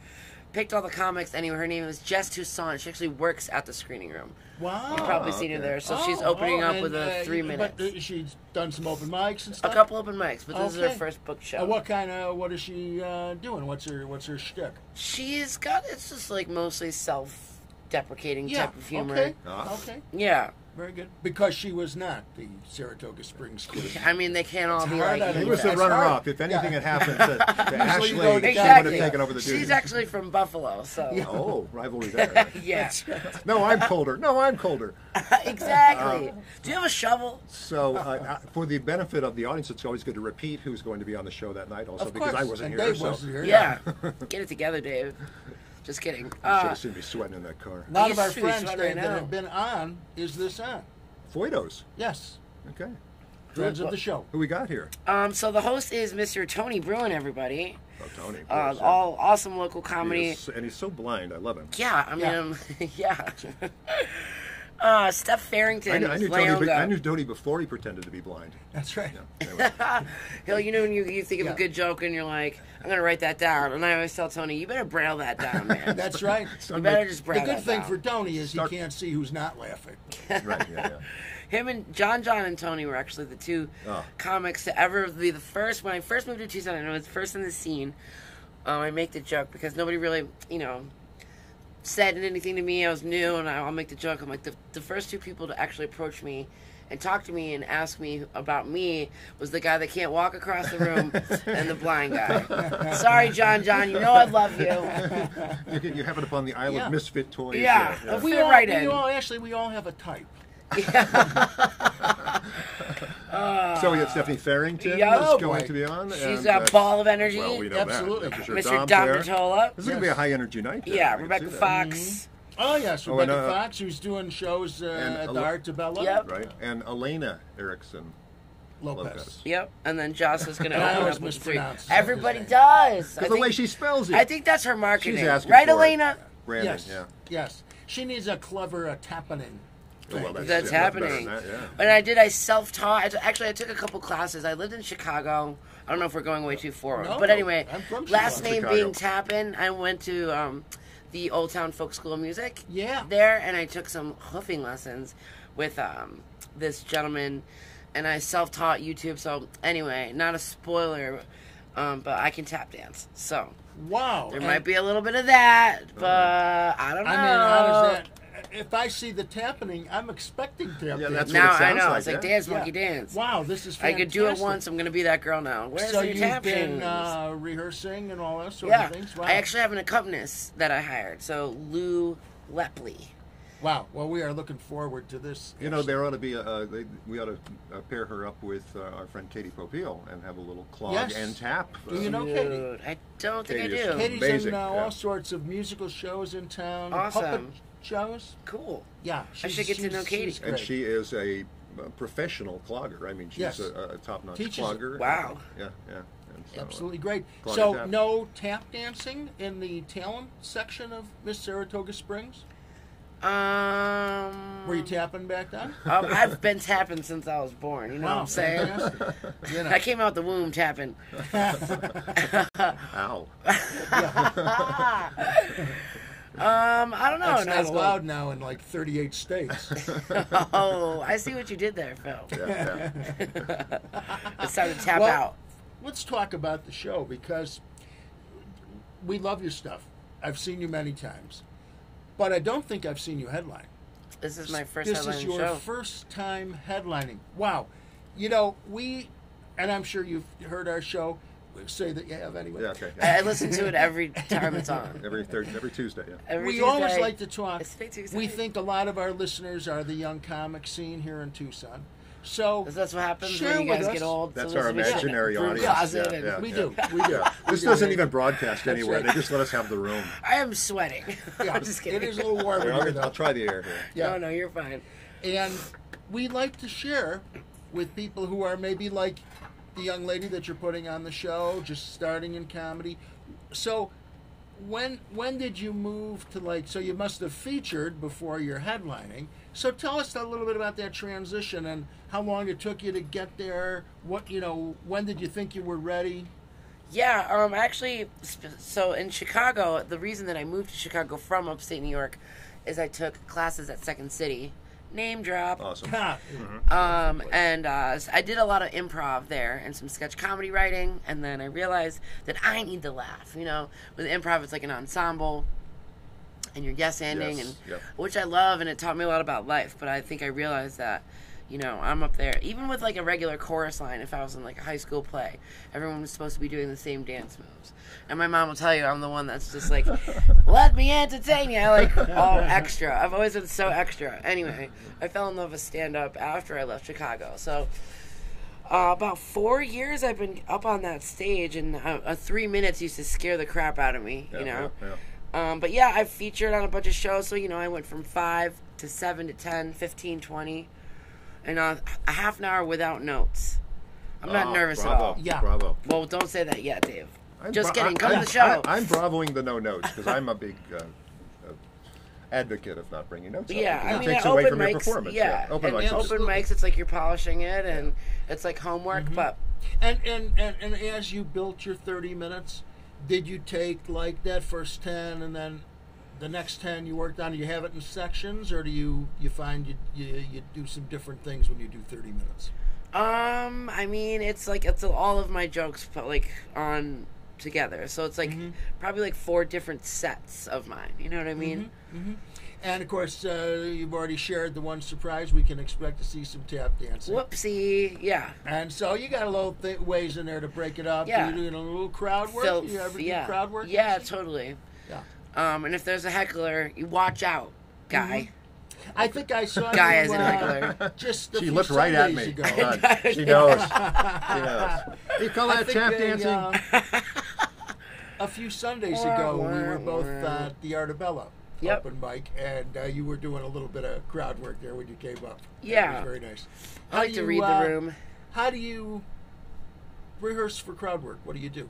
[SPEAKER 2] picked all the comics. Anyway, her name is Jess Toussaint. She actually works at the screening room.
[SPEAKER 1] wow.
[SPEAKER 2] You've probably seen her
[SPEAKER 3] okay.
[SPEAKER 2] there. So she's
[SPEAKER 1] Oh,
[SPEAKER 2] opening
[SPEAKER 1] oh,
[SPEAKER 2] up
[SPEAKER 1] and,
[SPEAKER 2] with a
[SPEAKER 1] uh,
[SPEAKER 2] three minutes.
[SPEAKER 1] But uh, she's done some open mics and
[SPEAKER 2] a
[SPEAKER 1] stuff.
[SPEAKER 2] couple open mics, but this is
[SPEAKER 1] Okay.
[SPEAKER 2] her first book show.
[SPEAKER 1] Uh, what kind of what is she uh, doing? What's her what's her shtick?
[SPEAKER 2] She's got it's just like mostly self deprecating
[SPEAKER 1] Yeah.
[SPEAKER 2] type of humor.
[SPEAKER 1] Okay.
[SPEAKER 3] Ah.
[SPEAKER 1] Okay.
[SPEAKER 2] Yeah.
[SPEAKER 1] Very good. Because she was not the Saratoga Springs kid.
[SPEAKER 2] I mean, they can't all
[SPEAKER 1] It's
[SPEAKER 2] be
[SPEAKER 1] hard
[SPEAKER 2] like.
[SPEAKER 1] on
[SPEAKER 3] He
[SPEAKER 2] you.
[SPEAKER 1] him.
[SPEAKER 3] was the
[SPEAKER 1] That's
[SPEAKER 3] runner-up.
[SPEAKER 1] hard.
[SPEAKER 3] If anything had
[SPEAKER 1] *laughs*
[SPEAKER 3] happened to, to
[SPEAKER 1] Usually
[SPEAKER 3] Ashley,
[SPEAKER 1] you go to
[SPEAKER 3] she would have
[SPEAKER 1] Jackson.
[SPEAKER 3] taken over the duty.
[SPEAKER 2] She's actually from Buffalo,
[SPEAKER 3] *laughs*
[SPEAKER 2] so.
[SPEAKER 1] *laughs*
[SPEAKER 3] Oh, rivalry there.
[SPEAKER 2] Yeah,
[SPEAKER 3] no, I'm colder. No, I'm colder.
[SPEAKER 2] *laughs* exactly.
[SPEAKER 3] Um,
[SPEAKER 2] Do you have a shovel?
[SPEAKER 3] So, uh, I- for the benefit of the audience, it's always good to repeat who's going to be on the show that night, also
[SPEAKER 1] Of
[SPEAKER 3] because *laughs* I
[SPEAKER 1] course,
[SPEAKER 3] wasn't
[SPEAKER 1] and
[SPEAKER 3] here.
[SPEAKER 1] Dave
[SPEAKER 3] so
[SPEAKER 1] wasn't here.
[SPEAKER 3] *laughs*
[SPEAKER 2] Yeah. Get it together, Dave. Just kidding.
[SPEAKER 3] you should
[SPEAKER 2] Uh,
[SPEAKER 3] have seen me sweating in that car.
[SPEAKER 1] A lot
[SPEAKER 2] You
[SPEAKER 1] of our
[SPEAKER 2] should be
[SPEAKER 1] friends
[SPEAKER 2] sweating
[SPEAKER 1] that,
[SPEAKER 2] right
[SPEAKER 1] that
[SPEAKER 2] now.
[SPEAKER 1] have been on is this on.
[SPEAKER 3] Foitos.
[SPEAKER 1] Yes.
[SPEAKER 3] Okay.
[SPEAKER 1] Friends of the show.
[SPEAKER 3] Who we got here?
[SPEAKER 2] um, so the host is Mr. Tony Bruin, everybody.
[SPEAKER 3] Oh, Tony. of
[SPEAKER 2] Uh,
[SPEAKER 3] course.
[SPEAKER 2] all awesome local
[SPEAKER 3] He
[SPEAKER 2] comedy.
[SPEAKER 3] is- and he's so blind. I love him.
[SPEAKER 2] Yeah, I mean,
[SPEAKER 1] Yeah.
[SPEAKER 2] um, *laughs* yeah. uh, Steph Farrington.
[SPEAKER 3] I knew, I, knew Tony, be-
[SPEAKER 1] uh,
[SPEAKER 2] Leonga.
[SPEAKER 3] I knew Tony before he pretended to be blind.
[SPEAKER 1] That's right.
[SPEAKER 3] Anyway,
[SPEAKER 2] Hill, you know when you, you think of
[SPEAKER 1] Yeah.
[SPEAKER 2] a good joke and you're like, I'm gonna write that down, and I always tell Tony, you better braille that down,
[SPEAKER 3] *laughs*
[SPEAKER 2] man.
[SPEAKER 1] That's right.
[SPEAKER 2] you better just
[SPEAKER 1] The
[SPEAKER 2] braille
[SPEAKER 1] good
[SPEAKER 2] that
[SPEAKER 1] thing
[SPEAKER 2] down.
[SPEAKER 1] for Tony is he
[SPEAKER 3] Start-
[SPEAKER 1] can't see who's not laughing.
[SPEAKER 3] right,
[SPEAKER 1] *laughs*
[SPEAKER 3] yeah, yeah.
[SPEAKER 2] him and John, John, and Tony were actually the two
[SPEAKER 3] Ah.
[SPEAKER 2] comics to ever be the first. When I first moved to Tucson, and I was first in the scene, um, I make the joke because nobody really, you know, said anything to me. I was new, and I- I'll make the joke. I'm like the the first two people to actually approach me. And talk to me and ask me about me was the guy that can't walk across the
[SPEAKER 3] *laughs*
[SPEAKER 2] room and the blind guy. Sorry, John, John, you know I love you.
[SPEAKER 3] *laughs* You, get- you have it upon the island
[SPEAKER 1] Yeah.
[SPEAKER 3] misfit toys.
[SPEAKER 2] Yeah. If we
[SPEAKER 1] We
[SPEAKER 2] were
[SPEAKER 1] all,
[SPEAKER 2] right
[SPEAKER 1] we
[SPEAKER 2] in.
[SPEAKER 1] all actually we all have a type.
[SPEAKER 3] so we have Stephanie Farrington
[SPEAKER 2] Uh, Yeah.
[SPEAKER 3] is
[SPEAKER 1] Oh,
[SPEAKER 3] going
[SPEAKER 1] boy.
[SPEAKER 3] to be on.
[SPEAKER 2] She's
[SPEAKER 3] and
[SPEAKER 2] a
[SPEAKER 3] that's-
[SPEAKER 2] ball of energy.
[SPEAKER 3] Well, we know
[SPEAKER 1] Absolutely.
[SPEAKER 3] that. Mr.
[SPEAKER 2] Mr. Dom
[SPEAKER 3] Dom there.
[SPEAKER 2] Mottola.
[SPEAKER 3] This is going to be a high energy night. there. I
[SPEAKER 2] Yeah,
[SPEAKER 3] can
[SPEAKER 2] Rebecca
[SPEAKER 3] see that.
[SPEAKER 2] Fox.
[SPEAKER 1] Oh yes,
[SPEAKER 3] Oh, and,
[SPEAKER 1] Rebecca
[SPEAKER 3] uh,
[SPEAKER 1] Fox, who's doing shows uh,
[SPEAKER 3] and
[SPEAKER 1] at
[SPEAKER 3] a
[SPEAKER 1] the
[SPEAKER 3] lo-
[SPEAKER 1] Artibella
[SPEAKER 2] Yep.
[SPEAKER 3] Right, and Elena Erickson. Lopez.
[SPEAKER 1] Lopez.
[SPEAKER 2] Yep, and then Joss is going to
[SPEAKER 1] I
[SPEAKER 2] open
[SPEAKER 1] always
[SPEAKER 2] up with three.
[SPEAKER 1] mispronounce his
[SPEAKER 2] Everybody
[SPEAKER 1] name.
[SPEAKER 2] does. I
[SPEAKER 3] Because the
[SPEAKER 2] think-
[SPEAKER 3] way she spells it.
[SPEAKER 2] I think that's her marketing.
[SPEAKER 3] she's asking
[SPEAKER 2] right,
[SPEAKER 3] for it.
[SPEAKER 2] Elena?
[SPEAKER 3] Brandon,
[SPEAKER 1] yes.
[SPEAKER 3] yeah.
[SPEAKER 1] Yes. She needs a clever uh, tappening.
[SPEAKER 3] Oh, well,
[SPEAKER 2] That's,
[SPEAKER 3] yeah, better
[SPEAKER 2] happening.
[SPEAKER 3] than that, yeah.
[SPEAKER 2] And I did. I self-taught. I t- Actually, I took a couple classes. I lived in Chicago. I don't know if we're going way too forward,
[SPEAKER 1] No,
[SPEAKER 2] but anyway,
[SPEAKER 1] I'm from
[SPEAKER 2] last
[SPEAKER 1] Chicago.
[SPEAKER 2] name
[SPEAKER 3] Chicago.
[SPEAKER 2] being Tappan. I went to um, the Old Town Folk School of Music.
[SPEAKER 1] Yeah.
[SPEAKER 2] There, and I took some hoofing lessons with um, this gentleman, and I self-taught YouTube. So anyway, not a spoiler, um, but I can tap dance. So
[SPEAKER 1] Wow.
[SPEAKER 2] there
[SPEAKER 1] And-
[SPEAKER 2] might be a little bit of that,
[SPEAKER 3] Oh.
[SPEAKER 2] but I don't know.
[SPEAKER 1] I mean, how does that? If I see the tappening, I'm expecting tappening.
[SPEAKER 3] Yeah, that's
[SPEAKER 2] Now
[SPEAKER 3] what it
[SPEAKER 2] I
[SPEAKER 3] sounds
[SPEAKER 2] know.
[SPEAKER 3] like,
[SPEAKER 2] it's like
[SPEAKER 3] yeah.
[SPEAKER 2] dance,
[SPEAKER 1] Yeah.
[SPEAKER 2] monkey dance.
[SPEAKER 1] Wow, this is
[SPEAKER 2] I
[SPEAKER 1] fantastic.
[SPEAKER 2] could do it once. I'm gonna be that girl now. Where's
[SPEAKER 1] so
[SPEAKER 2] your
[SPEAKER 1] you've
[SPEAKER 2] tap
[SPEAKER 1] been
[SPEAKER 2] shoes?
[SPEAKER 1] uh, rehearsing and all that sort
[SPEAKER 2] yeah,
[SPEAKER 1] of things. Wow.
[SPEAKER 2] I actually have an accompanist that I hired. So Lou Lepley.
[SPEAKER 1] wow. Well, we are looking forward to this.
[SPEAKER 3] You know, there ought to be a, uh, they, we ought to uh, pair her up with uh, our friend Katie Popeil and have a little clog
[SPEAKER 1] Yes.
[SPEAKER 3] and tap.
[SPEAKER 1] Do you know Katie?
[SPEAKER 2] Dude, I don't think I
[SPEAKER 3] Katie is-
[SPEAKER 2] do.
[SPEAKER 1] Katie's
[SPEAKER 3] Amazing,
[SPEAKER 1] in uh,
[SPEAKER 3] yeah.
[SPEAKER 1] all sorts of musical shows in town. Puppet
[SPEAKER 2] Awesome.
[SPEAKER 1] shows.
[SPEAKER 2] Cool.
[SPEAKER 1] Yeah.
[SPEAKER 2] I
[SPEAKER 1] she's-
[SPEAKER 2] should get to
[SPEAKER 1] she's-
[SPEAKER 2] know Katie.
[SPEAKER 1] she's
[SPEAKER 3] And
[SPEAKER 1] great.
[SPEAKER 3] she is a uh, professional clogger. I mean, she's
[SPEAKER 1] Yes.
[SPEAKER 3] a, a top-notch
[SPEAKER 1] Teaches-
[SPEAKER 3] clogger.
[SPEAKER 2] wow.
[SPEAKER 3] Yeah, yeah. And so, uh,
[SPEAKER 1] Absolutely great.
[SPEAKER 3] Clog
[SPEAKER 1] so,
[SPEAKER 3] and tap.
[SPEAKER 1] no tap dancing in the talent section of Miss Saratoga Springs?
[SPEAKER 2] Um,
[SPEAKER 1] Were you tapping back
[SPEAKER 3] *laughs*
[SPEAKER 1] then?
[SPEAKER 2] um, *laughs* I've been tapping since I was born. You know what *laughs*
[SPEAKER 1] Wow,
[SPEAKER 2] I'm saying?
[SPEAKER 1] fantastic. You know. *laughs*
[SPEAKER 2] *laughs* I came out the womb tapping. *laughs*
[SPEAKER 3] Ow.
[SPEAKER 2] Um, I don't know.
[SPEAKER 1] That's
[SPEAKER 2] in high
[SPEAKER 1] not
[SPEAKER 2] school. *laughs*
[SPEAKER 1] allowed now in like 38 states.
[SPEAKER 3] *laughs*
[SPEAKER 2] Oh, I see what you did there, Phil.
[SPEAKER 3] Yeah, yeah.
[SPEAKER 2] It's time to tap
[SPEAKER 1] Well,
[SPEAKER 2] out.
[SPEAKER 1] Let's talk about the show because we love your stuff. I've seen you many times, but I don't think I've seen you headline.
[SPEAKER 2] This is my first
[SPEAKER 1] this
[SPEAKER 2] headline
[SPEAKER 1] is your
[SPEAKER 2] show.
[SPEAKER 1] first time headlining. Wow. You know, we, and I'm sure you've heard our show, say that you have anyway.
[SPEAKER 3] Yeah, okay. yeah.
[SPEAKER 2] I I listen to it E-, every time it's on.
[SPEAKER 3] Every third, every Tuesday, yeah.
[SPEAKER 2] Every
[SPEAKER 1] we always
[SPEAKER 2] Tuesday.
[SPEAKER 1] like to talk.
[SPEAKER 2] It's Tuesday, Tuesday.
[SPEAKER 1] We think a lot of our listeners are the young comic scene here in Tucson. So
[SPEAKER 2] Is That's what happens
[SPEAKER 1] Share
[SPEAKER 2] when you
[SPEAKER 1] with
[SPEAKER 2] guys
[SPEAKER 1] us.
[SPEAKER 2] get old.
[SPEAKER 3] That's
[SPEAKER 2] So
[SPEAKER 3] our
[SPEAKER 2] this is-
[SPEAKER 3] imaginary
[SPEAKER 2] Broom
[SPEAKER 3] audience.
[SPEAKER 2] closet
[SPEAKER 3] Yeah,
[SPEAKER 2] and-
[SPEAKER 3] yeah.
[SPEAKER 1] we
[SPEAKER 3] *laughs*
[SPEAKER 1] do, we do.
[SPEAKER 3] This
[SPEAKER 1] We do.
[SPEAKER 3] doesn't even broadcast anywhere.
[SPEAKER 1] right.
[SPEAKER 3] They just let us have the room.
[SPEAKER 2] I am sweating. *laughs*
[SPEAKER 1] Yeah,
[SPEAKER 2] I'm just kidding.
[SPEAKER 1] It is a little warm in
[SPEAKER 3] I'll,
[SPEAKER 1] here, though.
[SPEAKER 3] I'll try the air here.
[SPEAKER 1] Yeah.
[SPEAKER 2] No, no, you're fine.
[SPEAKER 1] And we like to share with people who are maybe like the young lady that you're putting on the show, just starting in comedy. So, when when did you move to like? So you must have featured before you're headlining. So tell us a little bit about that transition and how long it took you to get there. What you know? When did you think you were ready?
[SPEAKER 2] Yeah, um, actually, sp- so in Chicago, the reason that I moved to Chicago from upstate New York is I took classes at Second City. Name drop.
[SPEAKER 3] Awesome.
[SPEAKER 1] Ha!
[SPEAKER 2] Um, and uh, s- I did a lot of improv there and some sketch comedy writing, and then I realized that I need to laugh. You know, with improv, it's like an ensemble, and you're yes ending,
[SPEAKER 3] Yes,
[SPEAKER 2] and
[SPEAKER 3] yep.
[SPEAKER 2] which I love, and it taught me a lot about life. But I think I realized that, you know, I'm up there even with like a regular chorus line. If I was in like a high school play, everyone was supposed to be doing the same dance moves, and my mom will tell you I'm the one that's just
[SPEAKER 3] *laughs*
[SPEAKER 2] like, let me entertain you, like all extra. I've always been so extra. Anyway, I fell in love with stand up after I left Chicago, so. Uh, about four years I've been up on that stage, and uh, uh, three minutes used to scare the crap out of me,
[SPEAKER 3] Yeah,
[SPEAKER 2] you know?
[SPEAKER 3] yeah, yeah.
[SPEAKER 2] Um, but yeah, I've featured on a bunch of shows. So, you know, I went from 5 to 7 to 10, 15, 20, and uh, a half an hour without notes. I'm not
[SPEAKER 3] Oh,
[SPEAKER 2] nervous
[SPEAKER 3] bravo,
[SPEAKER 2] at all.
[SPEAKER 1] Yeah.
[SPEAKER 3] Bravo.
[SPEAKER 2] Well, don't say that yet, Dave.
[SPEAKER 3] I'm
[SPEAKER 2] Just
[SPEAKER 3] bra-
[SPEAKER 2] kidding.
[SPEAKER 3] I-
[SPEAKER 2] Come
[SPEAKER 3] I'm-
[SPEAKER 2] to the show.
[SPEAKER 3] I, am bravoing the no notes because I'm a big uh, uh, advocate of not bringing notes. up,
[SPEAKER 2] Yeah,
[SPEAKER 3] because
[SPEAKER 2] I
[SPEAKER 3] it
[SPEAKER 2] mean,
[SPEAKER 3] takes
[SPEAKER 2] at
[SPEAKER 3] away
[SPEAKER 2] open
[SPEAKER 3] from
[SPEAKER 2] mics.
[SPEAKER 3] your performance.
[SPEAKER 2] Yeah,
[SPEAKER 3] open
[SPEAKER 2] and
[SPEAKER 3] mics.
[SPEAKER 1] also-
[SPEAKER 2] open mics, it's like you're polishing it, and it's like homework.
[SPEAKER 3] Mm-hmm.
[SPEAKER 2] But
[SPEAKER 1] And, and and and as you built your 30 minutes, did you take like that first 10 and then the next 10 you worked on? Do you have it in sections, or do you you find you you, you do some different things when you do 30 minutes?
[SPEAKER 2] Um, I mean, it's like it's all of my jokes put like on together, so it's like
[SPEAKER 3] Mm-hmm.
[SPEAKER 2] probably like four different sets of mine. You know what I
[SPEAKER 3] Mm-hmm.
[SPEAKER 2] mean?
[SPEAKER 1] And of course, uh, you've already shared the one surprise we can expect to see some tap dancing.
[SPEAKER 2] Whoopsie, yeah.
[SPEAKER 1] And so you got a little th- ways in there to break it up.
[SPEAKER 2] Yeah.
[SPEAKER 1] You're doing a little crowd work.
[SPEAKER 2] Filth,
[SPEAKER 1] you ever
[SPEAKER 2] yeah.
[SPEAKER 1] do crowd work?
[SPEAKER 2] Yeah, totally.
[SPEAKER 1] Yeah.
[SPEAKER 2] Um, and if there's a heckler, you watch out,
[SPEAKER 1] Mm-hmm.
[SPEAKER 2] guy.
[SPEAKER 1] I think I saw
[SPEAKER 2] Guy
[SPEAKER 1] you,
[SPEAKER 2] as an
[SPEAKER 1] uh, *laughs*
[SPEAKER 2] heckler.
[SPEAKER 1] Just a
[SPEAKER 3] she
[SPEAKER 1] few
[SPEAKER 3] looked right at
[SPEAKER 1] Sundays
[SPEAKER 3] me.
[SPEAKER 1] ago. *laughs*
[SPEAKER 3] God,
[SPEAKER 2] *laughs*
[SPEAKER 3] she knows. she knows. You call
[SPEAKER 1] I
[SPEAKER 3] that
[SPEAKER 1] think
[SPEAKER 3] tap
[SPEAKER 1] they,
[SPEAKER 3] dancing?
[SPEAKER 2] um,
[SPEAKER 1] uh, a few Sundays
[SPEAKER 2] Wah,
[SPEAKER 1] ago, we
[SPEAKER 2] wah,
[SPEAKER 1] were both
[SPEAKER 2] wah.
[SPEAKER 1] uh, at the Artabella
[SPEAKER 2] Yep.
[SPEAKER 1] open mic, and uh, you were doing a little bit of crowd work there when you came up. It
[SPEAKER 2] Yeah.
[SPEAKER 1] was very nice.
[SPEAKER 2] I like
[SPEAKER 1] How
[SPEAKER 2] to
[SPEAKER 1] do
[SPEAKER 2] read
[SPEAKER 1] you,
[SPEAKER 2] the
[SPEAKER 1] uh,
[SPEAKER 2] room.
[SPEAKER 1] How do you rehearse for crowd work? What do you do?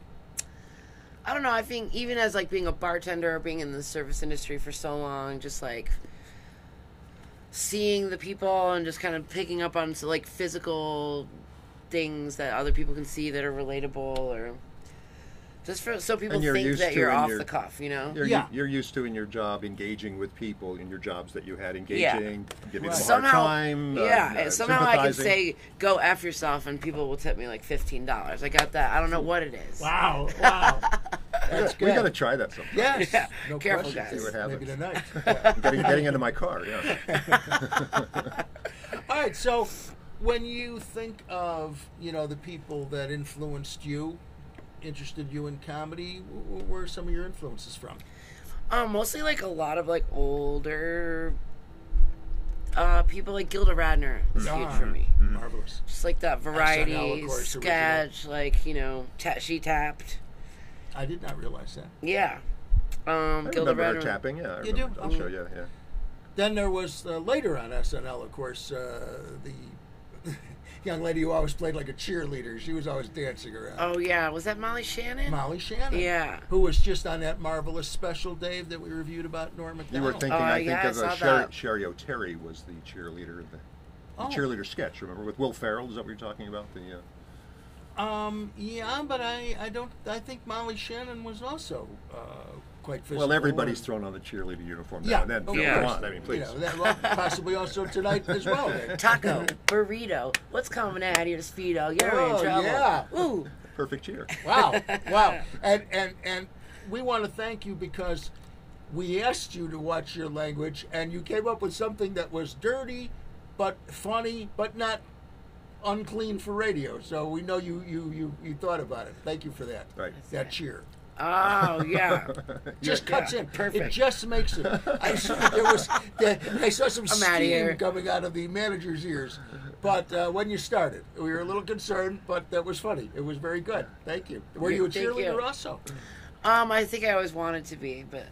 [SPEAKER 2] I don't know. I think even as like being a bartender or being in the service industry for so long, just like seeing the people and just kind of picking up on so, like physical things that other people can see that are relatable or just for so people
[SPEAKER 3] And you're
[SPEAKER 2] think
[SPEAKER 3] used
[SPEAKER 2] that
[SPEAKER 3] to
[SPEAKER 2] you're
[SPEAKER 3] and
[SPEAKER 2] off
[SPEAKER 3] you're-
[SPEAKER 2] the cuff, you know.
[SPEAKER 3] You're,
[SPEAKER 1] Yeah.
[SPEAKER 3] you're used to in your job engaging with people in your jobs that you had engaging,
[SPEAKER 2] Yeah.
[SPEAKER 3] giving
[SPEAKER 1] Right.
[SPEAKER 3] them a
[SPEAKER 2] somehow,
[SPEAKER 3] hard time. uh,
[SPEAKER 2] yeah.
[SPEAKER 3] uh,
[SPEAKER 2] somehow I can
[SPEAKER 3] sympathizing.
[SPEAKER 2] say "go f yourself" and people will tip me like fifteen dollars. I got that. I don't know what it is.
[SPEAKER 1] Wow, wow. *laughs* That's
[SPEAKER 3] we
[SPEAKER 1] good.
[SPEAKER 3] got to try that sometime.
[SPEAKER 1] Yes.
[SPEAKER 2] *laughs* Yeah,
[SPEAKER 1] No
[SPEAKER 2] careful,
[SPEAKER 1] question.
[SPEAKER 2] guys. See
[SPEAKER 3] what happens.
[SPEAKER 1] Maybe tonight.
[SPEAKER 3] I'm getting, getting into my car.
[SPEAKER 2] *laughs*
[SPEAKER 3] Yeah.
[SPEAKER 1] All right, so when you think of you know the people that influenced you, interested you in comedy, wh- wh- where are some of your influences from?
[SPEAKER 2] Um, mostly like a lot of like older uh people like Gilda Radner is huge
[SPEAKER 1] Ah,
[SPEAKER 2] for me.
[SPEAKER 3] Mm-hmm.
[SPEAKER 1] Marvelous.
[SPEAKER 2] Just like that
[SPEAKER 1] SNL,
[SPEAKER 2] variety
[SPEAKER 1] of course,
[SPEAKER 2] sketch, like you know, ta- she tapped.
[SPEAKER 1] I did not realize that.
[SPEAKER 2] Yeah. Um,
[SPEAKER 3] I
[SPEAKER 2] Gilda
[SPEAKER 3] remember her
[SPEAKER 2] Radner.
[SPEAKER 3] tapping. Yeah, I
[SPEAKER 1] You do?
[SPEAKER 3] remember. I'll show you. Yeah.
[SPEAKER 1] Then there was uh, later on SNL, of course, uh, the *laughs* young lady who always played like a cheerleader. She was always dancing around.
[SPEAKER 2] Oh yeah, was that Molly Shannon?
[SPEAKER 1] Molly Shannon.
[SPEAKER 2] Yeah.
[SPEAKER 1] Who was just on that marvelous special, Dave, that we reviewed about Norm
[SPEAKER 3] You
[SPEAKER 1] Macdonald.
[SPEAKER 3] were thinking,
[SPEAKER 2] Oh,
[SPEAKER 3] I think,
[SPEAKER 2] yeah, I
[SPEAKER 3] of
[SPEAKER 2] saw
[SPEAKER 3] uh, Sherry,
[SPEAKER 2] that.
[SPEAKER 3] Sherry O'Terry was the cheerleader in the,
[SPEAKER 1] Oh.
[SPEAKER 3] the cheerleader sketch. Remember with Will Ferrell? Is that what you're talking about? The uh,
[SPEAKER 1] Um, yeah, but I, I don't. I think Molly Shannon was also uh, quite physical.
[SPEAKER 3] well, everybody's
[SPEAKER 1] and-
[SPEAKER 3] thrown on the cheerleader uniform
[SPEAKER 1] Yeah.
[SPEAKER 3] now and then.
[SPEAKER 1] Oh,
[SPEAKER 3] so
[SPEAKER 2] yeah.
[SPEAKER 3] Come on, I mean, please.
[SPEAKER 1] You know, that, well, possibly also tonight as well.
[SPEAKER 3] *laughs*
[SPEAKER 1] Dave.
[SPEAKER 2] Taco, burrito, what's coming out of your speedo? You're
[SPEAKER 1] Oh,
[SPEAKER 2] in trouble.
[SPEAKER 1] yeah.
[SPEAKER 2] Ooh, *laughs*
[SPEAKER 3] Perfect cheer.
[SPEAKER 1] Wow, wow, and and and we want to thank you because we asked you to watch your language, and you came up with something that was dirty, but funny, but not unclean for radio. So we know you you you, you thought about it. Thank you for that.
[SPEAKER 3] Right.
[SPEAKER 1] That cheer.
[SPEAKER 2] oh yeah.
[SPEAKER 3] *laughs*
[SPEAKER 1] just
[SPEAKER 2] Yeah,
[SPEAKER 1] cuts in.
[SPEAKER 2] perfect.
[SPEAKER 1] It just makes it. I saw there was there, I saw some
[SPEAKER 2] *laughs* I'm outta here.
[SPEAKER 1] steam coming out of the manager's ears. But uh, when you started, we were a little concerned, but that was funny. It was very good. Thank you. Were you a
[SPEAKER 2] Thank you.
[SPEAKER 1] cheerleader also?
[SPEAKER 2] Um, I think I always wanted to be, but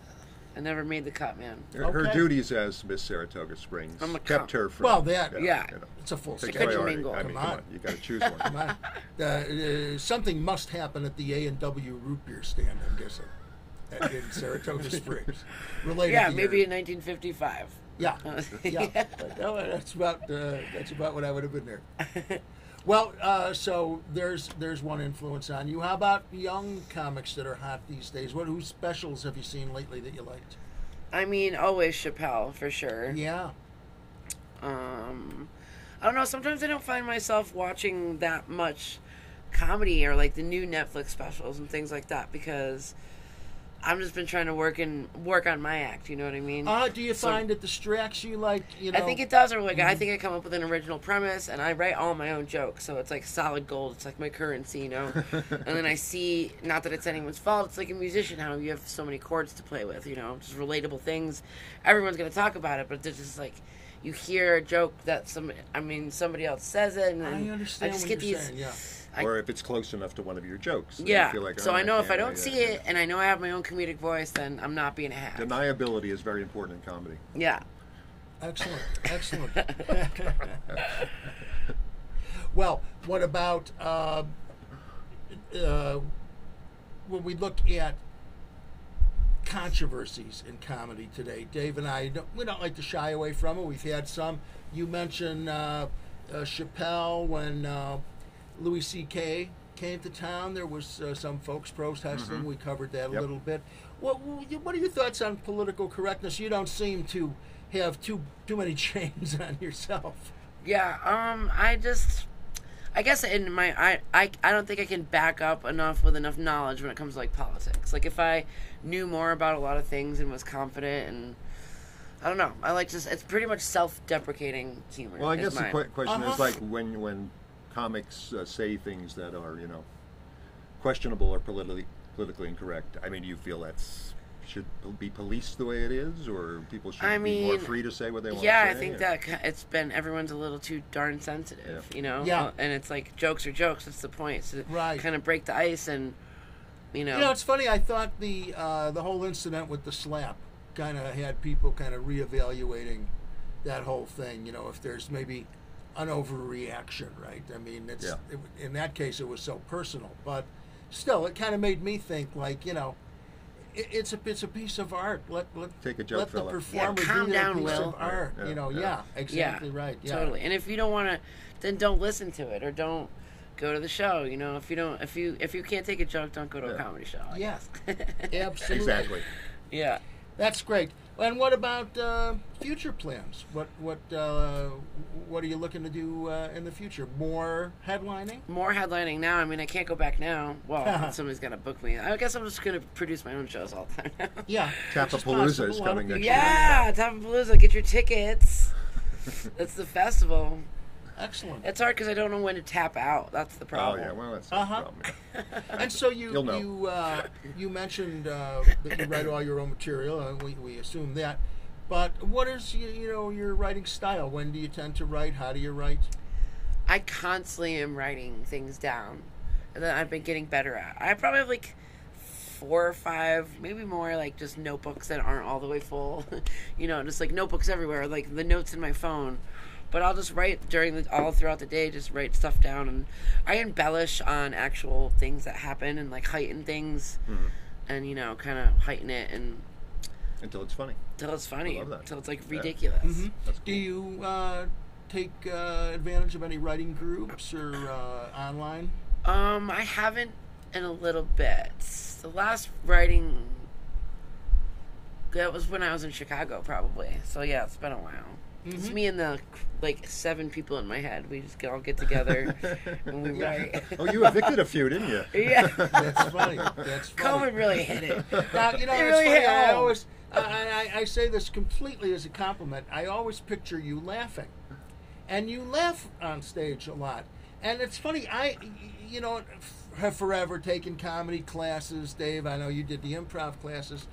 [SPEAKER 2] I never made the cut, man.
[SPEAKER 3] Her, her
[SPEAKER 1] Okay.
[SPEAKER 3] duties as Miss Saratoga Springs
[SPEAKER 2] I'm a
[SPEAKER 3] kept
[SPEAKER 2] cop.
[SPEAKER 3] her from.
[SPEAKER 1] Well, that-
[SPEAKER 2] Yeah.
[SPEAKER 1] It's a full
[SPEAKER 2] I
[SPEAKER 3] take
[SPEAKER 2] couldn't
[SPEAKER 3] priority.
[SPEAKER 2] mingle.
[SPEAKER 3] I mean,
[SPEAKER 2] Come
[SPEAKER 3] come
[SPEAKER 1] on.
[SPEAKER 3] on, you got to
[SPEAKER 1] *laughs*
[SPEAKER 3] choose one.
[SPEAKER 1] My- uh, uh, something must happen at the A and W root beer stand. I'm guessing at, in Saratoga
[SPEAKER 2] *laughs*
[SPEAKER 1] Springs. Related.
[SPEAKER 2] Yeah,
[SPEAKER 1] to
[SPEAKER 2] maybe
[SPEAKER 1] your-
[SPEAKER 2] in 1955. *laughs*
[SPEAKER 1] Yeah, yeah. But, no, that's about uh, that's about what I would have been
[SPEAKER 2] *laughs*
[SPEAKER 1] there. Well, uh, so there's there's one influence on you. How about young comics that are hot these days? What whose specials have you seen lately that you liked?
[SPEAKER 2] I mean, always Chappelle for sure.
[SPEAKER 1] Yeah,
[SPEAKER 2] Um, I don't know. Sometimes I don't find myself watching that much comedy or like the new Netflix specials and things like that because I've just been trying to work and work on my act. You know what I mean?
[SPEAKER 1] uh, do you
[SPEAKER 2] So-
[SPEAKER 1] find it distracts you? Like you know,
[SPEAKER 2] I think it does, or like
[SPEAKER 1] Mm-hmm.
[SPEAKER 2] I think I come up with an original premise, and I write all my own jokes, so it's like solid gold. It's like my currency,
[SPEAKER 1] *laughs*
[SPEAKER 2] you know. and then I see, not that it's anyone's fault. It's like a musician how you have so many chords to play with, you know, just relatable things. Everyone's gonna talk about it, but there's just like you hear a joke that some, I mean, somebody else says it, and then
[SPEAKER 1] I understand
[SPEAKER 2] just
[SPEAKER 1] what
[SPEAKER 2] get
[SPEAKER 1] you're
[SPEAKER 2] these.
[SPEAKER 1] saying. Yeah.
[SPEAKER 2] I-
[SPEAKER 3] or if it's close enough to one of your jokes. that you
[SPEAKER 2] Yeah,
[SPEAKER 3] feel like,
[SPEAKER 2] so
[SPEAKER 3] "Oh,
[SPEAKER 2] I know if
[SPEAKER 3] can't
[SPEAKER 2] I don't
[SPEAKER 3] make
[SPEAKER 2] see it, and I know I have my own comedic voice, then I'm not being a hack.
[SPEAKER 3] Deniability is very important in comedy.
[SPEAKER 2] yeah.
[SPEAKER 1] Excellent, excellent.
[SPEAKER 2] *laughs*
[SPEAKER 1] *laughs* well, what about uh, uh, when we look at controversies in comedy today? Dave and I, don't, we don't like to shy away from it. We've had some. You mentioned uh, uh, Chappelle when uh, Louis C.K. came to town. There was uh, some folks protesting. We covered that a
[SPEAKER 3] Yep.
[SPEAKER 1] little bit. What What are your thoughts on political correctness? You don't seem to have too too many *laughs* chains on yourself.
[SPEAKER 2] Yeah, um, I just, I guess in my, I, I, I don't think I can back up enough with enough knowledge when it comes to like politics. Like if I knew more about a lot of things and was confident and, I don't know, I like just, it's pretty much self-deprecating humor.
[SPEAKER 3] Well, I
[SPEAKER 2] is
[SPEAKER 3] guess the
[SPEAKER 2] mine.
[SPEAKER 3] que- question
[SPEAKER 1] Uh-huh.
[SPEAKER 3] is like when when comics uh, say things that are you know questionable or politically politically incorrect. I mean, do you feel that's should be policed the way it is, or people should
[SPEAKER 2] I
[SPEAKER 3] be more
[SPEAKER 2] mean,
[SPEAKER 3] free to say what they want?
[SPEAKER 2] Yeah, I
[SPEAKER 3] to say,
[SPEAKER 2] think
[SPEAKER 3] or-
[SPEAKER 2] that ki- it's been everyone's a little too darn sensitive,
[SPEAKER 3] Yeah.
[SPEAKER 2] you know.
[SPEAKER 1] Yeah.
[SPEAKER 2] Uh, and it's like jokes are jokes. That's the point. It's to
[SPEAKER 1] Right.
[SPEAKER 2] Kind of break the ice and, you know.
[SPEAKER 1] You know, it's funny. I thought the uh, the whole incident with the slap kind of had people kind of reevaluating that whole thing. You know, if there's maybe an overreaction, right? I mean, it's
[SPEAKER 3] Yeah.
[SPEAKER 1] it- in that case it was so personal, but still, it kind of made me think. Like, you know, it, it's a it's a piece of art. Let let
[SPEAKER 3] Take a joke,
[SPEAKER 1] let the
[SPEAKER 3] fella. Yeah,
[SPEAKER 1] performer
[SPEAKER 2] calm
[SPEAKER 1] do their
[SPEAKER 2] down,
[SPEAKER 1] piece
[SPEAKER 2] Will.
[SPEAKER 1] of art.
[SPEAKER 3] Yeah,
[SPEAKER 1] you know,
[SPEAKER 3] yeah.
[SPEAKER 1] yeah, exactly right. Yeah,
[SPEAKER 2] Totally. And if you don't want to, then don't listen to it or don't go to the show. You know, if you don't, if you if you can't take a joke, don't go to a
[SPEAKER 3] Yeah.
[SPEAKER 2] comedy show. I *laughs*
[SPEAKER 1] Yeah.
[SPEAKER 2] guess.
[SPEAKER 1] Absolutely.
[SPEAKER 3] *laughs* exactly.
[SPEAKER 2] yeah.
[SPEAKER 1] That's great. And what about uh, future plans? What what uh, what are you looking to do uh, in the future? More headlining?
[SPEAKER 2] More headlining now. I mean, I can't go back now.
[SPEAKER 1] *laughs*
[SPEAKER 2] Well, somebody's gonna book me. I guess I'm just gonna produce my own shows all the time. now.
[SPEAKER 1] Yeah. which is
[SPEAKER 3] Tapapalooza
[SPEAKER 1] possible.
[SPEAKER 3] is
[SPEAKER 1] A lot of
[SPEAKER 3] coming
[SPEAKER 1] people-
[SPEAKER 2] *laughs*
[SPEAKER 3] next
[SPEAKER 2] yeah, Top of Palooza. Get
[SPEAKER 1] *laughs*
[SPEAKER 2] your tickets. It's the festival.
[SPEAKER 1] Excellent.
[SPEAKER 2] It's hard because I don't know when to tap out. That's the
[SPEAKER 3] Oh
[SPEAKER 2] problem.
[SPEAKER 3] yeah, well that's not a
[SPEAKER 1] Uh-huh.
[SPEAKER 3] problem. yeah.
[SPEAKER 1] And so you
[SPEAKER 3] You'll know.
[SPEAKER 1] you uh, you mentioned uh, that you write all your own material, and we, we assume that. But what is you, you know your writing style? When do you tend to write? How do you write?
[SPEAKER 2] I constantly am writing things down and that I've been getting better at. I probably have like four or five, maybe more, like just notebooks that aren't all the way full. *laughs* you know, just like notebooks everywhere, like the notes in my phone. But I'll just write during the all throughout the day, just write stuff down, and I embellish on actual things that happen and like heighten things,
[SPEAKER 3] Mm-hmm.
[SPEAKER 2] and you know, kind of heighten it and
[SPEAKER 3] Until it's funny.
[SPEAKER 2] till it's funny,
[SPEAKER 3] love that.
[SPEAKER 2] till it's like
[SPEAKER 3] Yeah.
[SPEAKER 2] ridiculous.
[SPEAKER 3] That's
[SPEAKER 1] Do
[SPEAKER 3] cool.
[SPEAKER 1] you uh, take uh, advantage of any writing groups or uh, online?
[SPEAKER 2] Um, I haven't in a little bit. The last writing that was when I was in Chicago, probably. So yeah, it's been a while. It's
[SPEAKER 1] Mm-hmm.
[SPEAKER 2] me and the like seven people in my head. We just all
[SPEAKER 1] *laughs*
[SPEAKER 2] get together and we write.
[SPEAKER 3] Oh, you evicted a few, didn't you?
[SPEAKER 2] *laughs* yeah,
[SPEAKER 1] That's funny. That's funny.
[SPEAKER 2] COVID really hit it.
[SPEAKER 1] Now, *laughs* you know, it's
[SPEAKER 2] It really
[SPEAKER 1] funny,
[SPEAKER 2] hit
[SPEAKER 1] I
[SPEAKER 2] home.
[SPEAKER 1] always, I, I, I say this completely as a compliment. I always picture you laughing, and you laugh on stage a lot. And it's funny, I, you know, f- have forever taken comedy classes, Dave. I know you did the improv classes.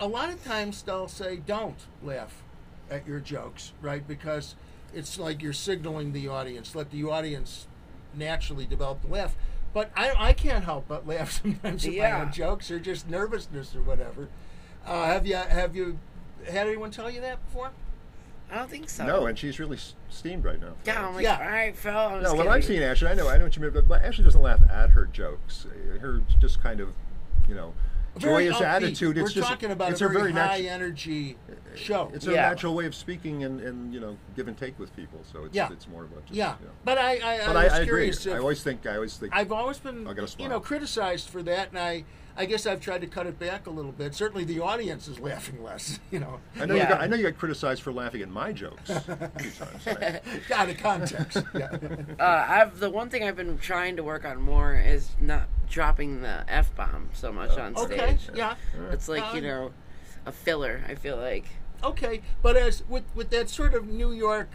[SPEAKER 1] A lot of times they'll say, "Don't laugh at your jokes," right? Because it's like you're signaling the audience. Let the audience naturally develop the laugh. But I, I can't help but laugh *laughs* sometimes at my
[SPEAKER 2] Yeah.
[SPEAKER 1] own jokes or just nervousness or whatever. Uh, have you have you had anyone tell you that before?
[SPEAKER 2] I don't think so.
[SPEAKER 3] No, and she's really s- steamed right now.
[SPEAKER 2] Yeah, I'm like,
[SPEAKER 1] Yeah.
[SPEAKER 2] all right, Phil. I'm
[SPEAKER 3] No,
[SPEAKER 2] just
[SPEAKER 3] when
[SPEAKER 2] kidding.
[SPEAKER 3] I've seen Ashley, I know, I know what you mean, but, but Ashley doesn't laugh at her jokes. Uh, Her just kind of, you know,
[SPEAKER 1] Very
[SPEAKER 3] joyous
[SPEAKER 1] upbeat.
[SPEAKER 3] attitude.
[SPEAKER 1] We're
[SPEAKER 3] it's just,
[SPEAKER 1] talking about
[SPEAKER 3] it's
[SPEAKER 1] a
[SPEAKER 3] her
[SPEAKER 1] very,
[SPEAKER 3] natu-
[SPEAKER 1] high energy show.
[SPEAKER 3] It's
[SPEAKER 2] a-
[SPEAKER 3] her
[SPEAKER 2] Yeah.
[SPEAKER 3] natural way of speaking and, and you know give and take with people. So it's
[SPEAKER 1] Yeah.
[SPEAKER 3] it's more about just,
[SPEAKER 1] yeah.
[SPEAKER 3] you know.
[SPEAKER 1] but I I,
[SPEAKER 3] But
[SPEAKER 1] I
[SPEAKER 3] I,
[SPEAKER 1] was
[SPEAKER 3] I agree.
[SPEAKER 1] curious.
[SPEAKER 3] I
[SPEAKER 1] if-
[SPEAKER 3] always think I always think
[SPEAKER 1] I've always been,
[SPEAKER 3] I'll get a
[SPEAKER 1] you know,
[SPEAKER 3] smile.
[SPEAKER 1] criticized for that, and I, I guess I've tried to cut it back a little bit. Certainly, the audience is laughing less, *laughs* you know,
[SPEAKER 3] I know
[SPEAKER 2] Yeah.
[SPEAKER 3] you got I know you got criticized for laughing at my jokes a
[SPEAKER 1] *laughs*
[SPEAKER 3] few times. I-
[SPEAKER 1] out of
[SPEAKER 3] *laughs*
[SPEAKER 1] context. Yeah.
[SPEAKER 2] uh, I've the one thing I've been trying to work on more is not dropping the f bomb so much
[SPEAKER 3] Oh.
[SPEAKER 2] on stage.
[SPEAKER 1] Okay, yeah,
[SPEAKER 3] Mm.
[SPEAKER 2] It's like you
[SPEAKER 1] Um,
[SPEAKER 2] know, a filler. I feel like
[SPEAKER 1] okay. But as with with that sort of New York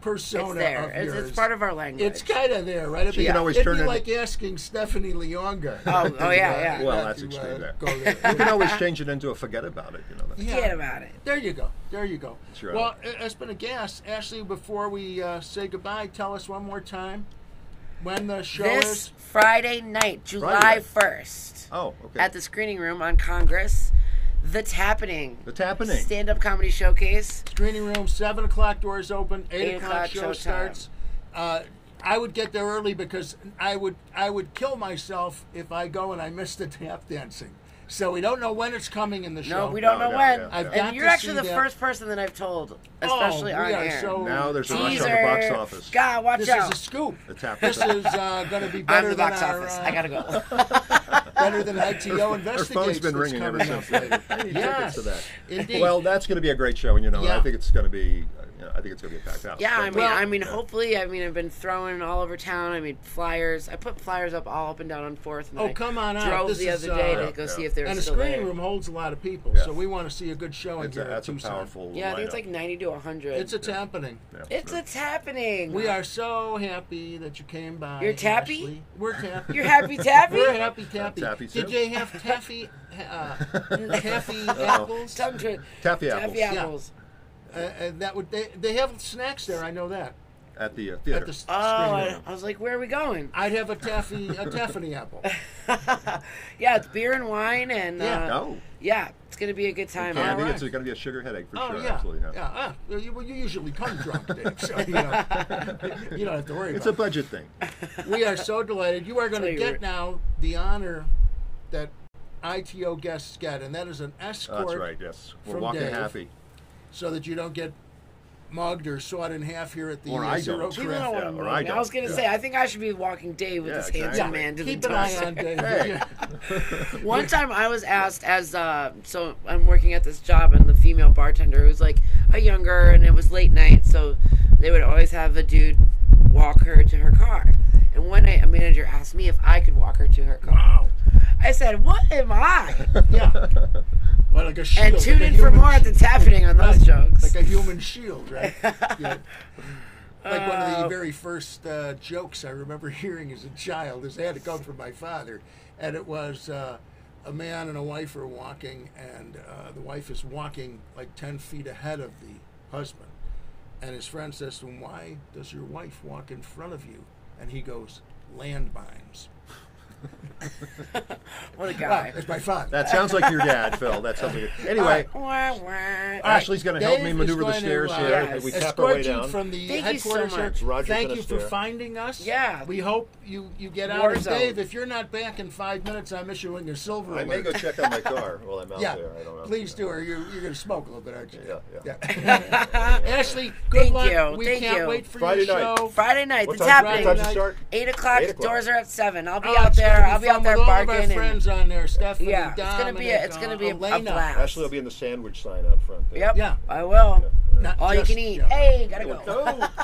[SPEAKER 1] persona
[SPEAKER 2] it's there.
[SPEAKER 1] of
[SPEAKER 2] It's,
[SPEAKER 1] yours,
[SPEAKER 2] it's part of our language.
[SPEAKER 1] it's kind of there, right? It'd
[SPEAKER 3] She
[SPEAKER 1] be,
[SPEAKER 3] can always
[SPEAKER 1] it'd
[SPEAKER 3] turn
[SPEAKER 1] be
[SPEAKER 3] it-
[SPEAKER 1] like asking Stephanie Leonga.
[SPEAKER 2] Oh,
[SPEAKER 1] to, *laughs*
[SPEAKER 2] oh, yeah, yeah.
[SPEAKER 3] Well,
[SPEAKER 1] not
[SPEAKER 3] that's
[SPEAKER 1] to, uh,
[SPEAKER 3] extreme, yeah.
[SPEAKER 1] go there.
[SPEAKER 3] *laughs* you can always change it into a forget about it. You know. That's,
[SPEAKER 1] Yeah.
[SPEAKER 2] Forget about it.
[SPEAKER 1] There you go. There you go.
[SPEAKER 3] That's right.
[SPEAKER 1] Well, it- it's been a gas. Ashley, before we uh, say goodbye, tell us one more time when the show
[SPEAKER 2] This
[SPEAKER 1] is.
[SPEAKER 2] Friday night, July
[SPEAKER 3] Friday.
[SPEAKER 2] first,
[SPEAKER 3] Oh, okay.
[SPEAKER 2] at the screening room on Congress, the Tappening.
[SPEAKER 3] The Tappening.
[SPEAKER 2] Stand up comedy showcase.
[SPEAKER 1] Screening room, 7 o'clock, doors open, 8,
[SPEAKER 2] 8
[SPEAKER 1] o'clock,
[SPEAKER 2] o'clock
[SPEAKER 1] show
[SPEAKER 2] showtime.
[SPEAKER 1] starts. Uh, I would get there early because I would I would kill myself if I go and I miss the tap dancing. So we don't know when it's coming in the
[SPEAKER 2] No,
[SPEAKER 1] show.
[SPEAKER 2] we don't
[SPEAKER 3] No,
[SPEAKER 2] know
[SPEAKER 3] no,
[SPEAKER 2] when.
[SPEAKER 3] no, no.
[SPEAKER 1] I've got
[SPEAKER 2] And you're
[SPEAKER 1] to
[SPEAKER 2] actually
[SPEAKER 1] see
[SPEAKER 2] the
[SPEAKER 1] that. Oh,
[SPEAKER 2] first person that I've told, especially
[SPEAKER 1] we
[SPEAKER 2] on
[SPEAKER 1] are
[SPEAKER 2] air.
[SPEAKER 1] so-
[SPEAKER 3] now there's a rush on the box
[SPEAKER 2] Teaser.
[SPEAKER 3] office.
[SPEAKER 2] God, watch
[SPEAKER 1] This
[SPEAKER 2] out.
[SPEAKER 1] is a scoop.
[SPEAKER 3] The tap
[SPEAKER 1] This
[SPEAKER 3] dancing.
[SPEAKER 1] is uh, going to be
[SPEAKER 2] I'm
[SPEAKER 1] better
[SPEAKER 2] the
[SPEAKER 1] than
[SPEAKER 2] box
[SPEAKER 1] our,
[SPEAKER 2] office.
[SPEAKER 1] uh,
[SPEAKER 2] I gotta go.
[SPEAKER 1] better than ITO
[SPEAKER 3] Her
[SPEAKER 1] investigates.
[SPEAKER 3] phone's been
[SPEAKER 1] that's
[SPEAKER 3] ringing ever
[SPEAKER 1] coming up *laughs*
[SPEAKER 3] since.
[SPEAKER 1] later.
[SPEAKER 3] I need
[SPEAKER 1] yes,
[SPEAKER 3] tickets to that.
[SPEAKER 1] indeed.
[SPEAKER 3] Well, that's going to be a great show, and you know,
[SPEAKER 1] Yeah.
[SPEAKER 3] I think it's going to be, uh, you know, I think it's going to be a packed house.
[SPEAKER 2] Yeah, I
[SPEAKER 3] But-
[SPEAKER 2] mean, I mean, hopefully, I mean, I've been throwing all over town. I mean, flyers. I put flyers up all up and down on Fourth. And
[SPEAKER 1] Oh,
[SPEAKER 2] I
[SPEAKER 1] come on out.
[SPEAKER 2] Drove
[SPEAKER 1] This
[SPEAKER 2] the
[SPEAKER 1] is,
[SPEAKER 2] other day
[SPEAKER 3] uh,
[SPEAKER 2] to go
[SPEAKER 3] Yeah,
[SPEAKER 2] see
[SPEAKER 3] yeah.
[SPEAKER 2] if they're
[SPEAKER 1] and the
[SPEAKER 2] still
[SPEAKER 1] screening
[SPEAKER 2] there.
[SPEAKER 1] room holds a lot of people,
[SPEAKER 3] Yes.
[SPEAKER 1] so we want to see a good show
[SPEAKER 3] it's a,
[SPEAKER 1] in here. at
[SPEAKER 3] that's a
[SPEAKER 1] Tucson.
[SPEAKER 3] powerful.
[SPEAKER 2] Yeah, I think it's
[SPEAKER 3] lineup.
[SPEAKER 2] like ninety to hundred.
[SPEAKER 1] It's it's happening.
[SPEAKER 3] Yeah.
[SPEAKER 2] it's it's happening.
[SPEAKER 1] We are so happy that you came by.
[SPEAKER 2] You're tappy?
[SPEAKER 1] Ashley. We're tappy.
[SPEAKER 2] You're happy
[SPEAKER 1] *laughs*
[SPEAKER 2] tappy.
[SPEAKER 1] We're happy tappy.
[SPEAKER 3] tappy
[SPEAKER 1] Did
[SPEAKER 3] too.
[SPEAKER 1] they have taffy,
[SPEAKER 3] *laughs*
[SPEAKER 1] uh, taffy apples? Uh,
[SPEAKER 2] Tongue twi-
[SPEAKER 3] Taffy
[SPEAKER 2] Taffy apples.
[SPEAKER 3] apples.
[SPEAKER 1] uh, that would they, they have snacks there. I know that
[SPEAKER 3] at the uh,
[SPEAKER 1] at
[SPEAKER 3] theater.
[SPEAKER 1] the s-
[SPEAKER 2] Oh,
[SPEAKER 1] screening
[SPEAKER 2] I,
[SPEAKER 1] room.
[SPEAKER 2] I was like, where are we going?
[SPEAKER 1] I'd have a taffy a taffany
[SPEAKER 2] *laughs*
[SPEAKER 1] apple.
[SPEAKER 2] yeah, it's beer and wine, and
[SPEAKER 1] Yeah.
[SPEAKER 2] uh,
[SPEAKER 3] no,
[SPEAKER 2] yeah, it's gonna be a good time.
[SPEAKER 3] candy.
[SPEAKER 1] right.
[SPEAKER 3] It's going to be a sugar headache for
[SPEAKER 1] Oh
[SPEAKER 3] sure.
[SPEAKER 1] yeah,
[SPEAKER 3] Absolutely. Yeah.
[SPEAKER 1] yeah. Ah, well, you, well, you usually come
[SPEAKER 3] *laughs*
[SPEAKER 1] drunk, Dave, so you, know, you don't have to worry
[SPEAKER 3] It's a
[SPEAKER 1] about *laughs*
[SPEAKER 3] budget thing.
[SPEAKER 1] it. We are so delighted. You are going
[SPEAKER 2] So
[SPEAKER 1] to
[SPEAKER 2] you were-
[SPEAKER 1] get now the honor that ITO guests get, and that is an
[SPEAKER 3] Oh,
[SPEAKER 1] escort,
[SPEAKER 3] that's right. Yes, we're
[SPEAKER 1] from
[SPEAKER 3] walking
[SPEAKER 1] Dave.
[SPEAKER 3] happy.
[SPEAKER 1] so that you don't get mugged or sawed in half here at the
[SPEAKER 3] Or
[SPEAKER 1] uh,
[SPEAKER 3] I
[SPEAKER 1] Zero
[SPEAKER 3] don't.
[SPEAKER 2] We
[SPEAKER 1] Craft.
[SPEAKER 2] don't want
[SPEAKER 3] Yeah,
[SPEAKER 2] to
[SPEAKER 3] or
[SPEAKER 2] move.
[SPEAKER 3] I
[SPEAKER 2] I was
[SPEAKER 3] don't.
[SPEAKER 2] gonna
[SPEAKER 3] Yeah.
[SPEAKER 2] say, I think I should be walking Dave with
[SPEAKER 3] Yeah,
[SPEAKER 2] his handsome
[SPEAKER 3] exactly.
[SPEAKER 2] man to
[SPEAKER 1] Keep
[SPEAKER 2] the
[SPEAKER 1] an eye
[SPEAKER 2] dumpster.
[SPEAKER 1] on Dave. *laughs*
[SPEAKER 3] Hey.
[SPEAKER 2] One time I was asked as uh, so I'm working at this job and the female bartender who's like a younger and it was late night so they would always have a dude walk her to her car. And one night a manager asked me if I could walk her to her car.
[SPEAKER 3] *laughs*
[SPEAKER 1] Wow.
[SPEAKER 2] I said, "What
[SPEAKER 1] *laughs*
[SPEAKER 2] am I?"
[SPEAKER 1] Yeah. Well, like a shield.
[SPEAKER 2] And tune
[SPEAKER 1] like a
[SPEAKER 2] in for
[SPEAKER 1] human
[SPEAKER 2] more at the tapping on those jokes. *laughs*
[SPEAKER 1] like a human shield, right? Yeah. Like one of the
[SPEAKER 2] Oh.
[SPEAKER 1] very first uh, jokes I remember *laughs* hearing as a child is I had to come from my father, and it was uh, a man and a wife are walking, and uh, the wife is walking like ten feet ahead of the husband, and his friend says to him, "Why does your wife walk in front of you?" And he goes, "Landmines."
[SPEAKER 2] What a
[SPEAKER 1] *laughs* Ah,
[SPEAKER 2] guy.
[SPEAKER 1] it's my father.
[SPEAKER 3] That sounds like your dad, Phil.
[SPEAKER 1] *laughs*
[SPEAKER 3] That's something. Anyway,
[SPEAKER 2] Wah, wah.
[SPEAKER 1] All right,
[SPEAKER 3] Ashley's going to help
[SPEAKER 1] Dave
[SPEAKER 3] me
[SPEAKER 1] is
[SPEAKER 3] maneuver the
[SPEAKER 1] going to,
[SPEAKER 3] stairs
[SPEAKER 1] uh,
[SPEAKER 3] here.
[SPEAKER 2] Yes.
[SPEAKER 3] We tap our
[SPEAKER 1] escort
[SPEAKER 3] way
[SPEAKER 1] you
[SPEAKER 3] down.
[SPEAKER 1] from the
[SPEAKER 2] Thank you so
[SPEAKER 1] headquarters. here.
[SPEAKER 2] much.
[SPEAKER 3] Roger's
[SPEAKER 1] Thank
[SPEAKER 3] gonna
[SPEAKER 1] you for
[SPEAKER 3] stare.
[SPEAKER 1] finding us.
[SPEAKER 2] Yeah.
[SPEAKER 1] We hope you, you get out.
[SPEAKER 2] War
[SPEAKER 1] And
[SPEAKER 2] zone.
[SPEAKER 1] Dave, if you're not back in five minutes, I'm issuing a silver
[SPEAKER 3] I may
[SPEAKER 1] alert.
[SPEAKER 3] go check on my car while I'm out
[SPEAKER 1] yeah.
[SPEAKER 3] there. I don't know.
[SPEAKER 1] Please do, or you're, you're going to smoke a little bit, aren't you?
[SPEAKER 3] Yeah, yeah.
[SPEAKER 1] Yeah. *laughs*
[SPEAKER 2] *laughs*
[SPEAKER 1] Ashley, good
[SPEAKER 2] Thank
[SPEAKER 1] luck.
[SPEAKER 2] you,
[SPEAKER 1] We
[SPEAKER 2] thank
[SPEAKER 1] can't
[SPEAKER 2] you.
[SPEAKER 1] wait for
[SPEAKER 3] Friday
[SPEAKER 1] your
[SPEAKER 3] night.
[SPEAKER 1] show.
[SPEAKER 2] Friday night,
[SPEAKER 3] What
[SPEAKER 2] the
[SPEAKER 3] time, what
[SPEAKER 2] tapping.
[SPEAKER 3] time
[SPEAKER 1] Friday
[SPEAKER 3] does it start?
[SPEAKER 2] Eight o'clock.
[SPEAKER 3] Eight o'clock.
[SPEAKER 2] Doors are at seven. I'll be
[SPEAKER 1] Oh,
[SPEAKER 2] out
[SPEAKER 1] it's gonna
[SPEAKER 2] there. I'll be
[SPEAKER 1] fun
[SPEAKER 2] out there
[SPEAKER 1] with All of
[SPEAKER 2] barking.
[SPEAKER 1] our
[SPEAKER 2] and-
[SPEAKER 1] friends on there, Stephanie,
[SPEAKER 2] yeah, it's gonna be a,
[SPEAKER 1] Dominic,
[SPEAKER 2] it's gonna be
[SPEAKER 1] uh,
[SPEAKER 2] a, a
[SPEAKER 1] Elena.
[SPEAKER 2] blast.
[SPEAKER 3] Ashley will be in the sandwich sign out front there.
[SPEAKER 2] Yep.
[SPEAKER 1] Yeah.
[SPEAKER 2] I will.
[SPEAKER 1] Not
[SPEAKER 2] All
[SPEAKER 1] just-
[SPEAKER 2] you can eat.
[SPEAKER 1] yeah.
[SPEAKER 2] Hey, gotta go.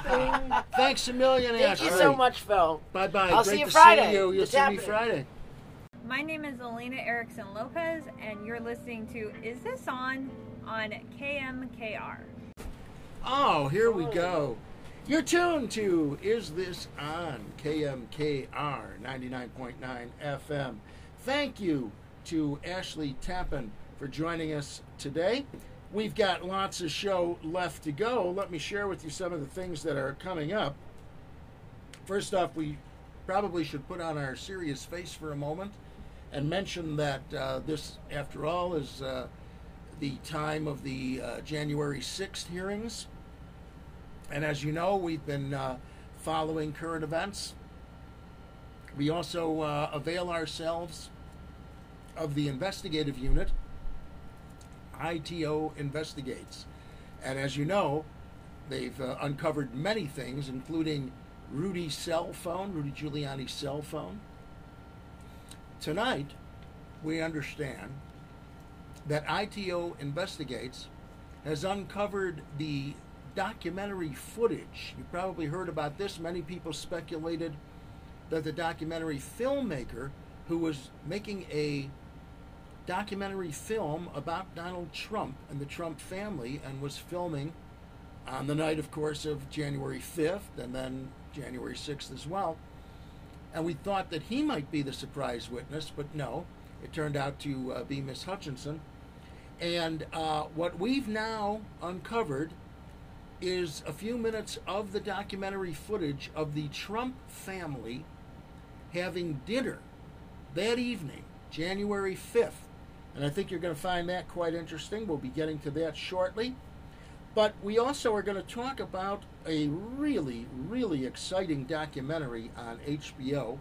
[SPEAKER 3] Oh,
[SPEAKER 1] *laughs* Thanks a million, Ashley.
[SPEAKER 2] Thank you so much, Phil.
[SPEAKER 1] Bye bye.
[SPEAKER 2] I'll
[SPEAKER 1] Great
[SPEAKER 2] see you
[SPEAKER 1] to
[SPEAKER 2] Friday.
[SPEAKER 1] See you. You'll
[SPEAKER 2] It's
[SPEAKER 1] see me
[SPEAKER 2] happening.
[SPEAKER 1] Friday.
[SPEAKER 4] My name is Elena Erickson Lopez, and you're listening to Is This On? on KMKR.
[SPEAKER 1] Oh, here we go. You're tuned to Is This On? KMKR 99.9 FM. Thank you to Ashley Tappan for joining us today. We've got lots of show left to go. Let me share with you some of the things that are coming up. First off, we probably should put on our serious face for a moment and mention that uh, this, after all, is uh, the time of the uh, January 6th hearings. And as you know, we've been uh, following current events. We also uh, avail ourselves of the investigative unit, ITO Investigates. And as you know, they've uh, uncovered many things, including Rudy's cell phone, Rudy Giuliani's cell phone. Tonight, we understand that ITO Investigates has uncovered the documentary footage. You probably heard about this. Many people speculated that the documentary filmmaker who was making a documentary film about Donald Trump and the Trump family and was filming on the night, of course, of January 5th and then January 6th as well. And we thought that he might be the surprise witness, but no, it turned out to uh, be Miss Hutchinson. And uh, what we've now uncovered is a few minutes of the documentary footage of the Trump family having dinner that evening, January 5th. And I think you're going to find that quite interesting. We'll be getting to that shortly. But we also are going to talk about a really, really exciting documentary on HBO.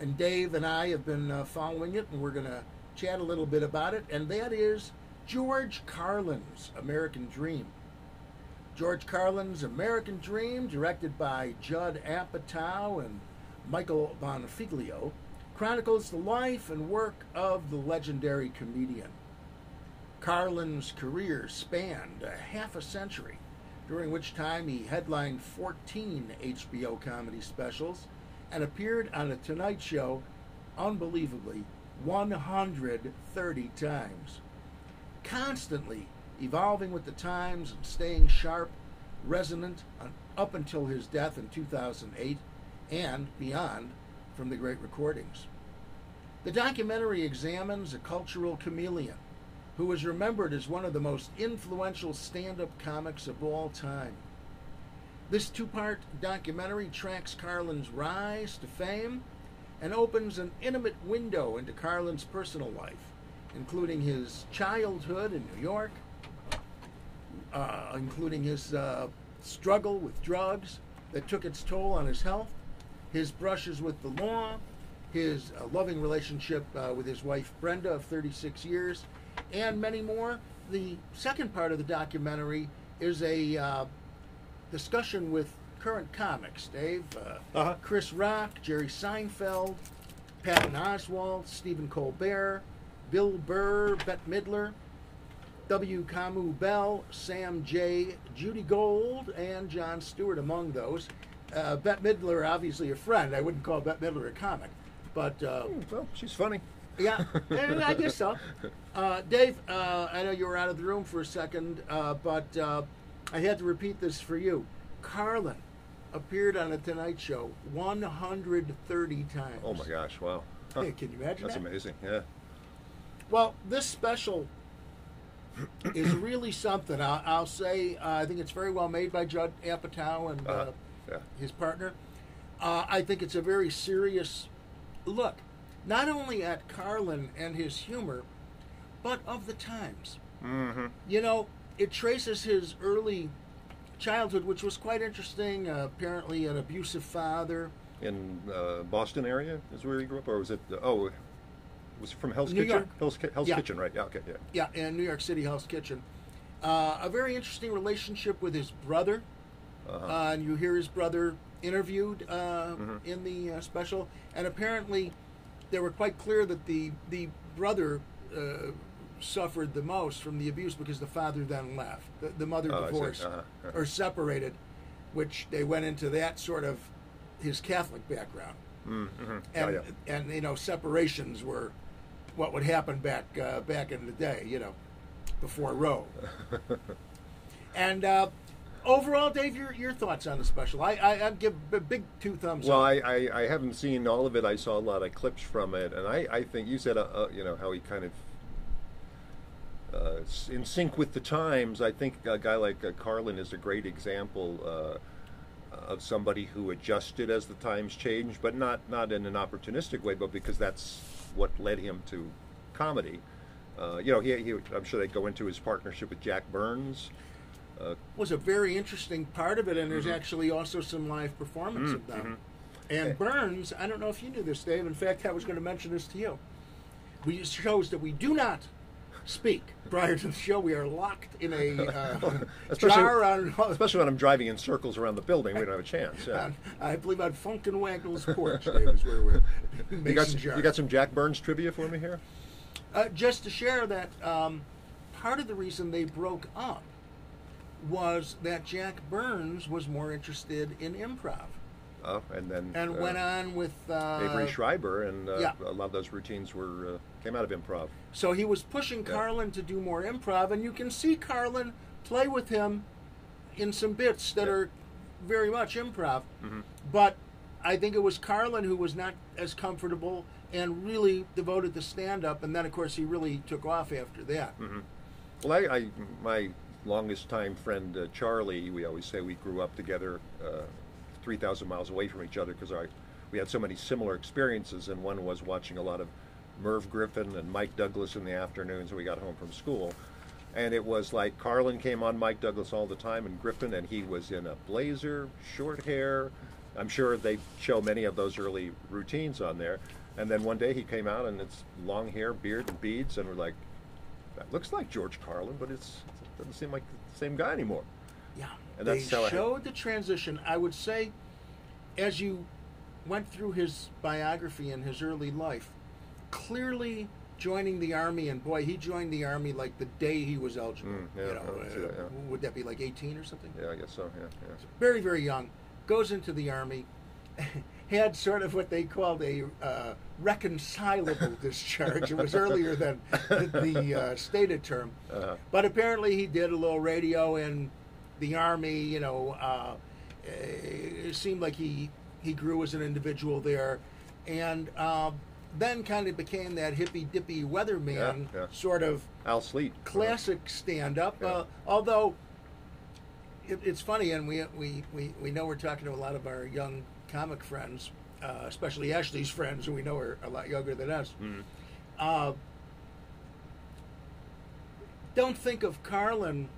[SPEAKER 1] And Dave and I have been uh, following it, and we're going to chat a little bit about it. And that is George Carlin's American Dream. George Carlin's American Dream, directed by Judd Apatow and Michael Bonfiglio, chronicles the life and work of the legendary comedian. Carlin's career spanned a half a century, during which time he headlined 14 HBO comedy specials and appeared on The Tonight Show, unbelievably, 130 times. Constantly evolving with the times and staying sharp, resonant on, up until his death in 2008 and beyond from the great recordings. The documentary examines a cultural chameleon who is remembered as one of the most influential stand up comics of all time. This two part documentary tracks Carlin's rise to fame and opens an intimate window into Carlin's personal life, including his childhood in New York, uh, including his uh, struggle with drugs that took its toll on his health, his brushes with the law, his uh, loving relationship uh, with his wife Brenda of 36 years, and many more. The second part of the documentary is a uh, discussion with current comics Dave, uh,
[SPEAKER 3] Uh-huh.
[SPEAKER 1] Chris Rock, Jerry Seinfeld, Patton Oswalt, Stephen Colbert, Bill Burr, Bette Midler. W. Camu Bell, Sam J., Judy Gold, and John Stewart among those. Uh, Bette Midler, obviously a friend. I wouldn't call Bette Midler a comic, but uh,
[SPEAKER 3] Well, she's funny.
[SPEAKER 1] yeah, and I guess so. Uh, Dave, uh, I know you were out of the room for a second, uh, but uh, I had to repeat this for you. Carlin appeared on The Tonight Show 130 times.
[SPEAKER 3] Oh my gosh! Wow. Huh.
[SPEAKER 1] Hey, can you imagine
[SPEAKER 3] That's
[SPEAKER 1] that?
[SPEAKER 3] amazing. Yeah.
[SPEAKER 1] Well, this special is really something. I'll, I'll say uh, I think it's very well made by Judd Apatow and uh,
[SPEAKER 3] Uh, yeah.
[SPEAKER 1] his partner. Uh, I think it's a very serious look, not only at Carlin and his humor, but of the times.
[SPEAKER 3] Mm-hmm.
[SPEAKER 1] You know, it traces his early childhood, which was quite interesting. Uh, apparently, an abusive father.
[SPEAKER 3] In uh, Boston area is where he grew up, or was it? Uh, oh, was it from Hell's
[SPEAKER 1] New
[SPEAKER 3] Kitchen?
[SPEAKER 1] York.
[SPEAKER 3] Hell's, Ki- Hell's
[SPEAKER 1] Yeah.
[SPEAKER 3] Kitchen, right? Yeah. Okay. Yeah.
[SPEAKER 1] Yeah, in New York City Hell's Kitchen. Uh, a very interesting relationship with his brother.
[SPEAKER 3] Uh-huh. Mm-hmm.
[SPEAKER 1] Uh, and you hear his brother interviewed uh, in the uh, special. And apparently, they were quite clear that the, the brother uh, suffered the most from the abuse because the father then left. The, the mother
[SPEAKER 3] Oh, I see.
[SPEAKER 1] divorced
[SPEAKER 3] Uh-huh, uh-huh.
[SPEAKER 1] or separated, which they went into that sort of his Catholic background
[SPEAKER 3] mm-hmm. yeah,
[SPEAKER 1] and
[SPEAKER 3] yeah.
[SPEAKER 1] and you know separations were what would happen back uh, back in the day, you know, before
[SPEAKER 3] *laughs*
[SPEAKER 1] Roe. and uh, overall, Dave, your your thoughts on the special? I I I'd give a big two thumbs
[SPEAKER 3] Well,
[SPEAKER 1] up.
[SPEAKER 3] I, I, I haven't seen all of it. I saw a lot of clips from it, and I, I think you said uh, uh, you know how he kind of uh, s- in sync with the times. I think a guy like uh, Carlin is a great example uh, of somebody who adjusted as the times changed, but not not in an opportunistic way, but because that's what led him to comedy. Uh, you know, he, he, I'm sure they go into his partnership with Jack Burns.
[SPEAKER 1] was a very interesting part of it, and
[SPEAKER 3] Mm-hmm.
[SPEAKER 1] there's actually also some live performance of them.
[SPEAKER 3] Eh.
[SPEAKER 1] And Burns, I don't know if you knew this, Dave. In fact, I was going to mention this to you. We it shows that we do not speak prior to the show. We are locked in a uh,
[SPEAKER 3] *laughs* Especially-
[SPEAKER 1] jar on,
[SPEAKER 3] Especially when I'm driving in circles around the building, we don't have a chance. Yeah.
[SPEAKER 1] on- I believe, on Funk and Wagnall's porch. Dave is where we're.
[SPEAKER 3] *laughs* You got,
[SPEAKER 1] Mason
[SPEAKER 3] some,
[SPEAKER 1] jar.
[SPEAKER 3] you got some Jack Burns trivia for me here?
[SPEAKER 1] Uh, just to share that um, part of the reason they broke up was that Jack Burns was more interested in improv
[SPEAKER 3] Oh, and then
[SPEAKER 1] and
[SPEAKER 3] uh,
[SPEAKER 1] went on with uh,
[SPEAKER 3] Avery Schreiber, and uh,
[SPEAKER 1] yeah.
[SPEAKER 3] a lot of those routines were uh, came out of improv.
[SPEAKER 1] So he was pushing Carlin to do more improv, and you can see Carlin play with him in some bits that
[SPEAKER 3] Yeah.
[SPEAKER 1] are very much improv. But I think it was Carlin who was not as comfortable and really devoted to stand up, and then of course he really took off after that.
[SPEAKER 3] Well, I, I my longest time friend uh, Charlie, we always say we grew up together, uh, three thousand miles away from each other because our we had so many similar experiences, and one was watching a lot of Merv Griffin and Mike Douglas in the afternoons when we got home from school. And it was like Carlin came on Mike Douglas all the time and Griffin, and he was in a blazer, short hair. I'm sure they show many of those early routines on there. And then one day he came out, and it's long hair, beard, and beads, and we're like, that looks like George Carlin, but it's, it doesn't seem like the same guy anymore.
[SPEAKER 1] Yeah.
[SPEAKER 3] And that's
[SPEAKER 1] they
[SPEAKER 3] how it-
[SPEAKER 1] showed the transition. I would say, as you went through his biography and his early life, clearly joining the army, and boy, he joined the army like the day he was eligible.
[SPEAKER 3] Mm, yeah,
[SPEAKER 1] you
[SPEAKER 3] I
[SPEAKER 1] know, uh,
[SPEAKER 3] would see that, yeah.
[SPEAKER 1] would that be like 18 or something?
[SPEAKER 3] Yeah, I guess so. Yeah, yeah.
[SPEAKER 1] Very, very young. Goes into the army. *laughs* Had sort of what they called a uh,
[SPEAKER 3] *laughs*
[SPEAKER 1] reconcilable discharge. It was earlier than the, the uh, stated term.
[SPEAKER 3] Uh-huh.
[SPEAKER 1] But apparently he did a little radio in the army. You know, uh, eh, it seemed like he he grew as an individual there, and uh, then kind of became that hippy dippy weatherman
[SPEAKER 3] Yeah, yeah.
[SPEAKER 1] sort of
[SPEAKER 3] Al Sleet.
[SPEAKER 1] classic stand up. Uh, although it, it's funny, and we, we, we, we know we're talking to a lot of our young comic friends, uh, especially Ashley's friends, who we know are a lot younger than us.
[SPEAKER 3] Mm-hmm.
[SPEAKER 1] Uh, don't think of Carlin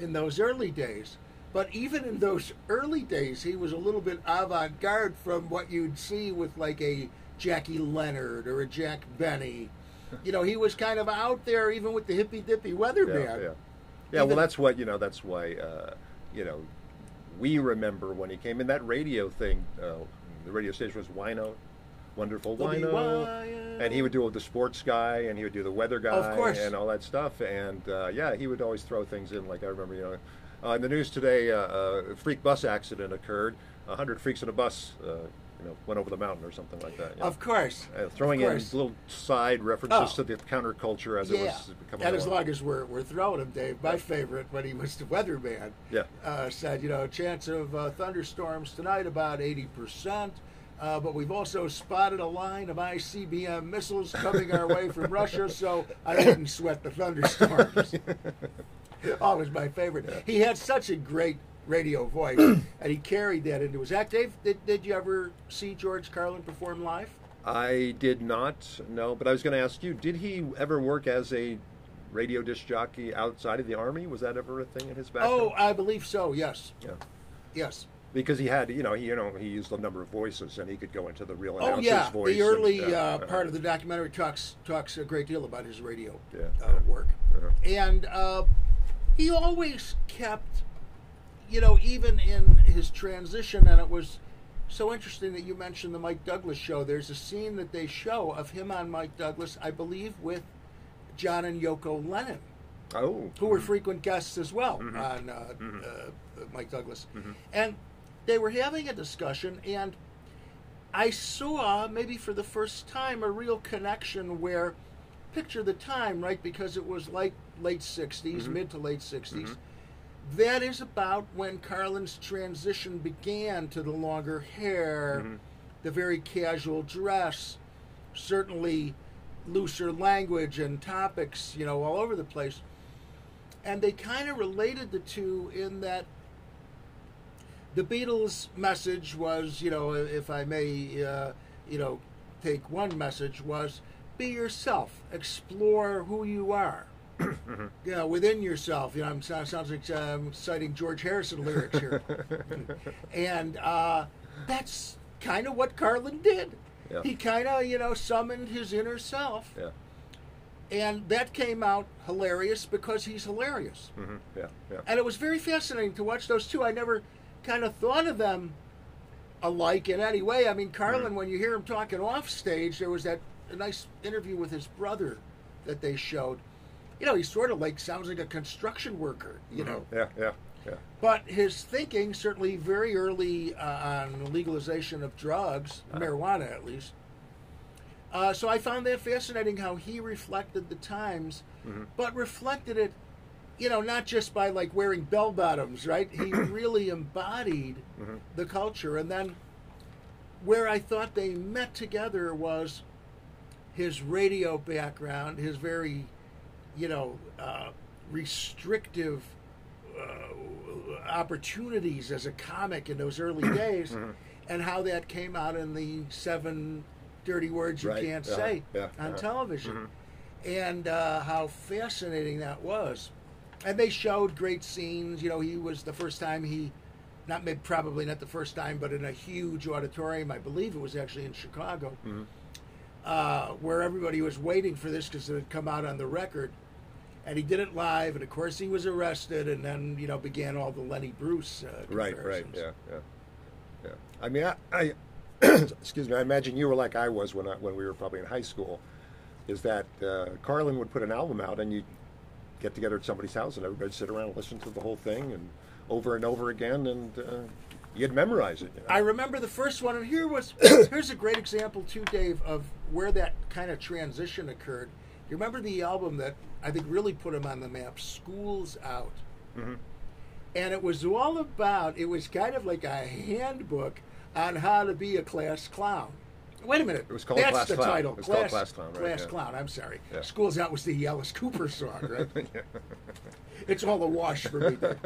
[SPEAKER 1] in those early days. But even in those early days, he was a little bit avant garde from what you'd see with like a Jackie Leonard or a Jack
[SPEAKER 3] *laughs*
[SPEAKER 1] Benny. You know, he was kind of out there even with the hippy dippy *laughs*
[SPEAKER 3] Yeah,
[SPEAKER 1] weatherman.
[SPEAKER 3] yeah. yeah. well,
[SPEAKER 1] Even-
[SPEAKER 3] that's what you know. That's why uh, you know we remember when he came in that radio thing. Uh, the radio station was Wino, Wonderful
[SPEAKER 1] W
[SPEAKER 3] Wino,
[SPEAKER 1] Y O.
[SPEAKER 3] and he would do the sports guy, and he would do the weather guy,
[SPEAKER 1] course.
[SPEAKER 3] and all that stuff. And uh, yeah, he would always throw things in. Like I remember, you know, uh, in the news today, uh, a freak bus accident occurred. A hundred freaks in a bus, uh, you know, went over the mountain or something like that. you know.
[SPEAKER 1] Of course.
[SPEAKER 3] Uh, throwing
[SPEAKER 1] Of
[SPEAKER 3] in
[SPEAKER 1] course.
[SPEAKER 3] little side references
[SPEAKER 1] Oh.
[SPEAKER 3] to the counterculture as it
[SPEAKER 1] Yeah.
[SPEAKER 3] was coming
[SPEAKER 1] And as
[SPEAKER 3] along.
[SPEAKER 1] long as we're, we're throwing him, Dave, my favorite when he was the weatherman
[SPEAKER 3] Yeah.
[SPEAKER 1] uh, said, you know, chance of uh, thunderstorms tonight about 80%. Uh, but we've also spotted a line of ICBM missiles coming our way
[SPEAKER 3] *laughs*
[SPEAKER 1] from Russia, so I wouldn't sweat the thunderstorms. Always my favorite. He had such a great radio
[SPEAKER 3] *clears throat*
[SPEAKER 1] voice, and he carried that into his act. Dave, did, did you ever see George Carlin perform live?
[SPEAKER 3] I did not know, but I was going to ask you: Did he ever work as a radio disc jockey outside of the army? Was that ever a thing in his background?
[SPEAKER 1] Oh, I believe so, yes.
[SPEAKER 3] yeah.
[SPEAKER 1] Yes.
[SPEAKER 3] Because he had, you know, he you know he used a number of voices, and he could go into the real
[SPEAKER 1] Oh
[SPEAKER 3] announcer's
[SPEAKER 1] yeah,
[SPEAKER 3] voice.
[SPEAKER 1] the early
[SPEAKER 3] and,
[SPEAKER 1] uh, part of the documentary talks talks a great deal about his radio
[SPEAKER 3] Yeah,
[SPEAKER 1] uh,
[SPEAKER 3] yeah.
[SPEAKER 1] work, and uh, he always kept, you know, even in his transition, and it was so interesting that you mentioned the Mike Douglas show. There's a scene that they show of him on Mike Douglas, I believe, with John and Yoko Lennon
[SPEAKER 3] oh,
[SPEAKER 1] who were frequent guests as well on uh, uh, Mike Douglas. And they were having a discussion, and I saw, maybe for the first time, a real connection where, picture the time, right? Because it was like late 60s, mid to late 60s. That is about when Carlin's transition began to the longer hair, the very casual dress, certainly looser language and topics, you know, all over the place and they kind of related the two in that the Beatles' message was, you know, if I may, uh, you know, take one message was be yourself. Explore who you are.
[SPEAKER 3] Mm-hmm.
[SPEAKER 1] You know, within yourself. You know, I'm, sounds, sounds like um, citing George Harrison lyrics
[SPEAKER 3] *laughs*
[SPEAKER 1] here. and uh, that's kind of what Carlin did.
[SPEAKER 3] Yeah.
[SPEAKER 1] He kind of, you know, summoned his inner self.
[SPEAKER 3] Yeah.
[SPEAKER 1] And that came out hilarious because he's hilarious.
[SPEAKER 3] hmm Yeah. Yeah.
[SPEAKER 1] And it was very fascinating to watch those two. I never kind of thought of them alike in any way. I mean, Carlin, when you hear him talking off stage, there was that nice interview with his brother that they showed. You know, he sort of like sounds like a construction worker, you know.
[SPEAKER 3] Yeah. Yeah. Yeah.
[SPEAKER 1] But his thinking, certainly very early uh, on legalization of drugs, marijuana at least. Uh, so I found that fascinating how he reflected the times, but reflected it, you know, not just by like wearing bell bottoms, right? He really embodied the culture. And then where I thought they met together was his radio background, his very, you know, uh, restrictive uh, opportunities as a comic in those
[SPEAKER 3] *clears throat*
[SPEAKER 1] early days,
[SPEAKER 3] Mm-hmm.
[SPEAKER 1] and how that came out in the seven dirty words you
[SPEAKER 3] Right,
[SPEAKER 1] can't
[SPEAKER 3] uh-huh,
[SPEAKER 1] say
[SPEAKER 3] yeah,
[SPEAKER 1] on
[SPEAKER 3] uh-huh.
[SPEAKER 1] television, and uh, how fascinating that was. And they showed great scenes. You know, he was the first time he, not maybe probably not the first time, but in a huge auditorium. I believe it was actually in Chicago
[SPEAKER 3] Mm-hmm.
[SPEAKER 1] uh, where everybody was waiting for this because it had come out on the record. And he did it live, and of course he was arrested, and then you know began all the Lenny Bruce. Uh,
[SPEAKER 3] Right, right,
[SPEAKER 1] comparisons.
[SPEAKER 3] yeah, yeah, yeah. I mean, I, I *clears throat* excuse me. I imagine you were like I was when I, when we were probably in high school. Is that uh, Carlin would put an album out and you get together at somebody's house and everybody would sit around and listen to the whole thing and over and over again and uh, you'd memorize it. you know?
[SPEAKER 1] I remember the first one, and here
[SPEAKER 3] *coughs*
[SPEAKER 1] was here's a great example too, Dave, of where that kind of transition occurred. You remember the album that I think really put him on the map, "Schools Out,"
[SPEAKER 3] Mm-hmm.
[SPEAKER 1] and it was all about. It was kind of like a handbook on how to be a class clown. Wait a minute. It
[SPEAKER 3] was called
[SPEAKER 1] That's
[SPEAKER 3] Class
[SPEAKER 1] the
[SPEAKER 3] Clown.
[SPEAKER 1] title.
[SPEAKER 3] It was called Class Clown, right,
[SPEAKER 1] Class
[SPEAKER 3] yeah.
[SPEAKER 1] Clown. I'm sorry.
[SPEAKER 3] Yeah.
[SPEAKER 1] Schools Out was the Alice Cooper song,
[SPEAKER 3] *laughs*
[SPEAKER 1] right? It's all a wash for me. Dave.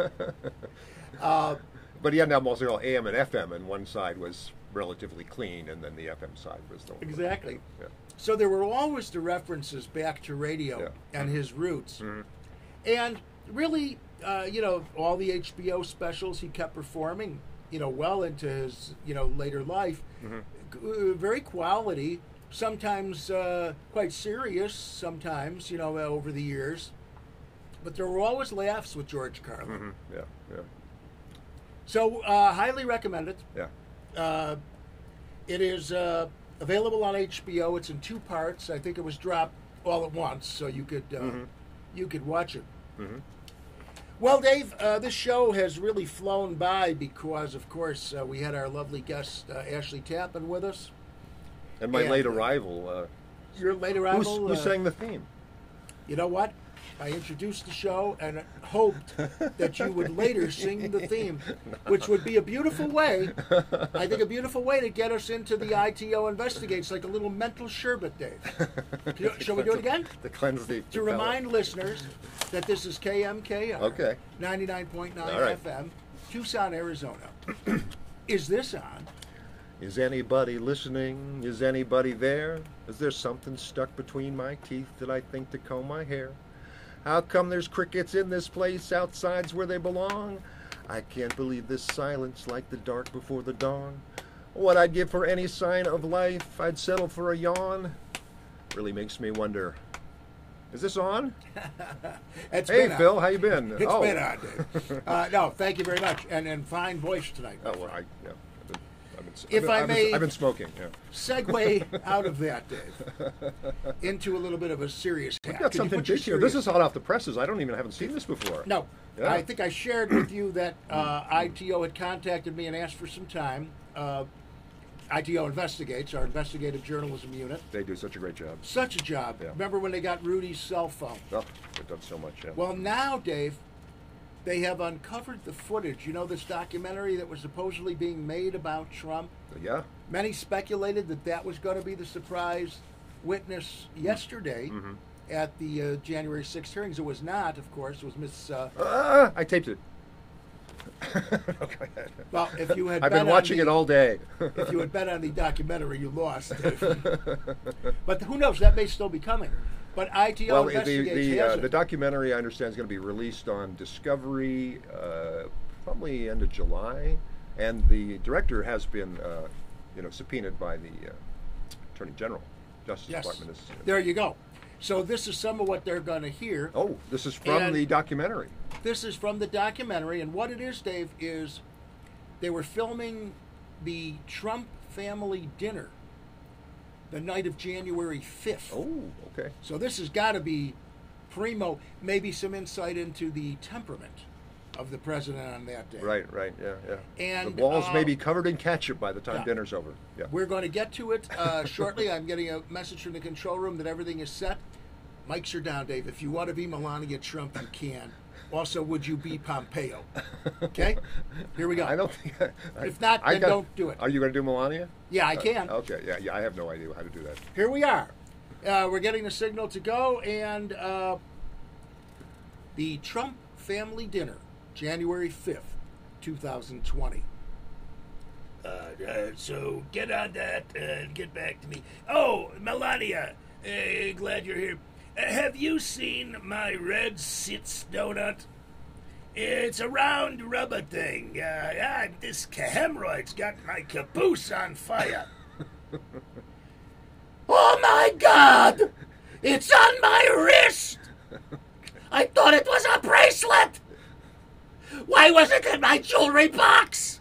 [SPEAKER 3] but he had an album also called AM and FM, and one side was relatively clean, and then the FM side was the one.
[SPEAKER 1] Exactly.
[SPEAKER 3] Yeah.
[SPEAKER 1] So there were always the references back to radio
[SPEAKER 3] Yeah.
[SPEAKER 1] and his roots. And really, uh, you know, all the HBO specials he kept performing, you know, well into his, you know, later life. G- uh, Very quality, sometimes uh, quite serious, sometimes, you know, uh, over the years. But there were always laughs with George Carlin.
[SPEAKER 3] Yeah, yeah,
[SPEAKER 1] So uh, highly recommend it.
[SPEAKER 3] yeah.
[SPEAKER 1] Uh, it is uh, available on HBO. It's in two parts. I think it was dropped all at once, so you could uh, you could watch it. Well, Dave, uh, this show has really flown by because, of course, uh, we had our lovely guest uh, Ashley Tappan with us.
[SPEAKER 3] And my
[SPEAKER 1] Yeah.
[SPEAKER 3] late arrival. Uh,
[SPEAKER 1] Your late
[SPEAKER 3] who,
[SPEAKER 1] arrival.
[SPEAKER 3] who
[SPEAKER 1] uh,
[SPEAKER 3] sang the theme?
[SPEAKER 1] You know what? I introduced the show and hoped that you would later sing the theme, which would be a beautiful way. I think a beautiful way to get us into the ITO investigates, like a little mental sherbet, Dave.
[SPEAKER 3] *laughs*
[SPEAKER 1] You- Shall we do it again?
[SPEAKER 3] To cleanse the.
[SPEAKER 1] To
[SPEAKER 3] the palate.
[SPEAKER 1] remind listeners that this is KMKR,
[SPEAKER 3] Okay.
[SPEAKER 1] 99.9
[SPEAKER 3] All right.
[SPEAKER 1] FM, Tucson, Arizona. *clears throat* is this on?
[SPEAKER 3] Is anybody listening? Is anybody there? Is there something stuck between my teeth that I think to comb my hair? How come there's crickets in this place outside's where they belong? I can't believe this silence like the dark before the dawn. What I'd give for any sign of life, I'd settle for a yawn. Really makes me wonder. Is this on?
[SPEAKER 1] It's
[SPEAKER 3] Hey
[SPEAKER 1] been on.
[SPEAKER 3] Phil, how you been? Oh.
[SPEAKER 1] It's been on, Dave. Uh, no, thank you very much. And, and fine voice tonight.
[SPEAKER 3] Oh well, I yeah. I've been, I've been,
[SPEAKER 1] If I
[SPEAKER 3] I've been,
[SPEAKER 1] may-
[SPEAKER 3] I've been smoking. Yeah.
[SPEAKER 1] segue out of that, Dave, into a little bit of a serious hat.
[SPEAKER 3] Got
[SPEAKER 1] Could you
[SPEAKER 3] something
[SPEAKER 1] put your
[SPEAKER 3] big here. This
[SPEAKER 1] serious-
[SPEAKER 3] is hot off the presses. I don't even haven't seen this before.
[SPEAKER 1] no.
[SPEAKER 3] Yeah.
[SPEAKER 1] I think I shared with you that uh, ITO had contacted me and asked for some time. Uh, ITO investigates our investigative journalism unit.
[SPEAKER 3] They do such a great job.
[SPEAKER 1] Such a job.
[SPEAKER 3] Yeah.
[SPEAKER 1] Remember when they got Rudy's cell phone?
[SPEAKER 3] Oh, they've done so much. Yeah.
[SPEAKER 1] Well, now, Dave, they have uncovered the footage. You know this documentary that was supposedly being made about Trump.
[SPEAKER 3] yeah.
[SPEAKER 1] Many speculated that that was going to be the surprise witness yesterday
[SPEAKER 3] Mm-hmm.
[SPEAKER 1] at the uh, January 6th hearings. It was not, of course. It was Miss. Uh,
[SPEAKER 3] Ah, I taped it. *laughs* Go ahead.
[SPEAKER 1] Well, if you had
[SPEAKER 3] *laughs* I've
[SPEAKER 1] bet
[SPEAKER 3] been watching
[SPEAKER 1] on
[SPEAKER 3] it
[SPEAKER 1] the,
[SPEAKER 3] all day.
[SPEAKER 1] *laughs* If
[SPEAKER 3] *laughs*
[SPEAKER 1] you had bet on the documentary, you lost. but who knows? That may still be coming. But ITL
[SPEAKER 3] well, the
[SPEAKER 1] investigates
[SPEAKER 3] the,
[SPEAKER 1] has
[SPEAKER 3] uh,
[SPEAKER 1] it.
[SPEAKER 3] the documentary I understand is going to be released on Discovery uh, probably end of July, and the director has been uh, you know subpoenaed by the uh, Attorney General, Justice
[SPEAKER 1] yes.
[SPEAKER 3] Department. Is,
[SPEAKER 1] There you go. So this is some of what they're going to hear.
[SPEAKER 3] oh, this is from
[SPEAKER 1] And-
[SPEAKER 3] the documentary.
[SPEAKER 1] This is from the documentary, and what it is, Dave, is they were filming the Trump family dinner the night of January 5th.
[SPEAKER 3] Oh, okay.
[SPEAKER 1] So this has got to be primo, maybe some insight into the temperament of the president on that day.
[SPEAKER 3] Right, right, yeah, yeah.
[SPEAKER 1] And,
[SPEAKER 3] the walls may
[SPEAKER 1] uh,
[SPEAKER 3] be covered in ketchup by the time
[SPEAKER 1] yeah.
[SPEAKER 3] dinner's over. Yeah.
[SPEAKER 1] We're going to get to it
[SPEAKER 3] *laughs*
[SPEAKER 1] uh, shortly. I'm getting a message from the control room that everything is set. Mics are down, Dave. If you want to be Melania Trump, you can. Also, would you be Pompeo? Okay? Here we go.
[SPEAKER 3] *laughs* I don't think. I,
[SPEAKER 1] If not,
[SPEAKER 3] I
[SPEAKER 1] then
[SPEAKER 3] got-
[SPEAKER 1] don't do it.
[SPEAKER 3] Are you going to do Melania?
[SPEAKER 1] Yeah, I can.
[SPEAKER 3] Oh, Okay, yeah, yeah. I have no idea how to do that. *laughs*
[SPEAKER 1] Here we are. Uh, we're getting the signal to go, and uh, the Trump family dinner, January 5th, 2020. Uh, uh, so get on that and get back to me. Oh, Melania, uh, glad you're here. Uh, have you seen my red sitz donut? It's a round rubber thing. Uh, ah, this hemorrhoid's got my caboose on fire. Oh my god! It's on my wrist! I thought it was a bracelet! Why was it in my jewelry box?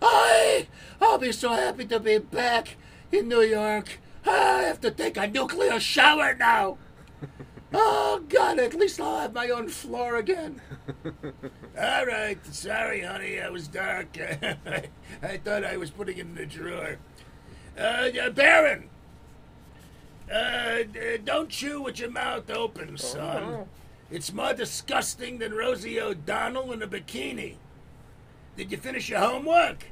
[SPEAKER 1] I, I'll be so happy to be back in New York. I have to take a nuclear shower now. Oh god, at least I'll have my own floor again. All right, sorry, honey, I was dark. *laughs* I thought I was putting it in the drawer. Uh, yeah, Baron, uh, d- don't chew with your mouth open, son. It's more disgusting than Rosie O'Donnell in a bikini. Did you finish your homework?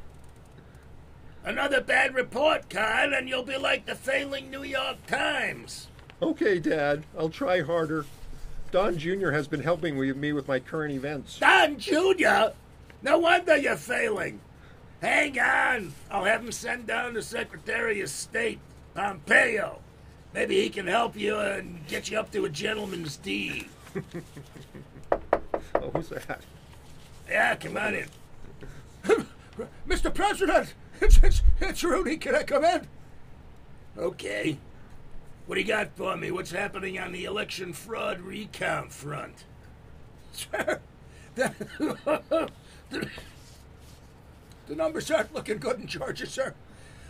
[SPEAKER 1] Another bad report, Kyle, and you'll be like the failing New York Times.
[SPEAKER 3] Okay, Dad, I'll try harder. Don Jr. has been helping with me with my current events.
[SPEAKER 1] Don Jr.? No wonder you're failing. Hang on. I'll have him send down the Secretary of State, Pompeo. Maybe he can help you and get you up to a gentleman's deed.
[SPEAKER 3] Oh, who's that?
[SPEAKER 1] Yeah, come on *laughs* in. Mr. President, it's, it's, it's Rudy. Can I come in? Okay. What do you got for me? What's happening on the election fraud recount front? Sir, *laughs* the, the, the numbers aren't looking good in Georgia, sir.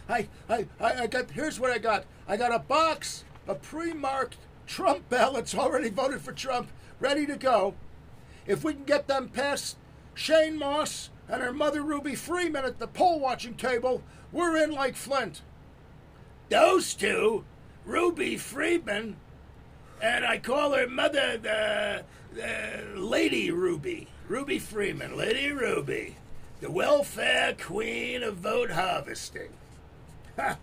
[SPEAKER 1] I, I, I I got, here's what I got. I got a box of pre-marked Trump ballots already voted for Trump, ready to go. If we can get them past Shane Moss and her mother Ruby Freeman at the poll watching table, we're in like Flint. Those two, Ruby Freeman, and I call her mother the, the Lady Ruby, Ruby Freeman, Lady Ruby, the welfare queen of vote harvesting. Ha!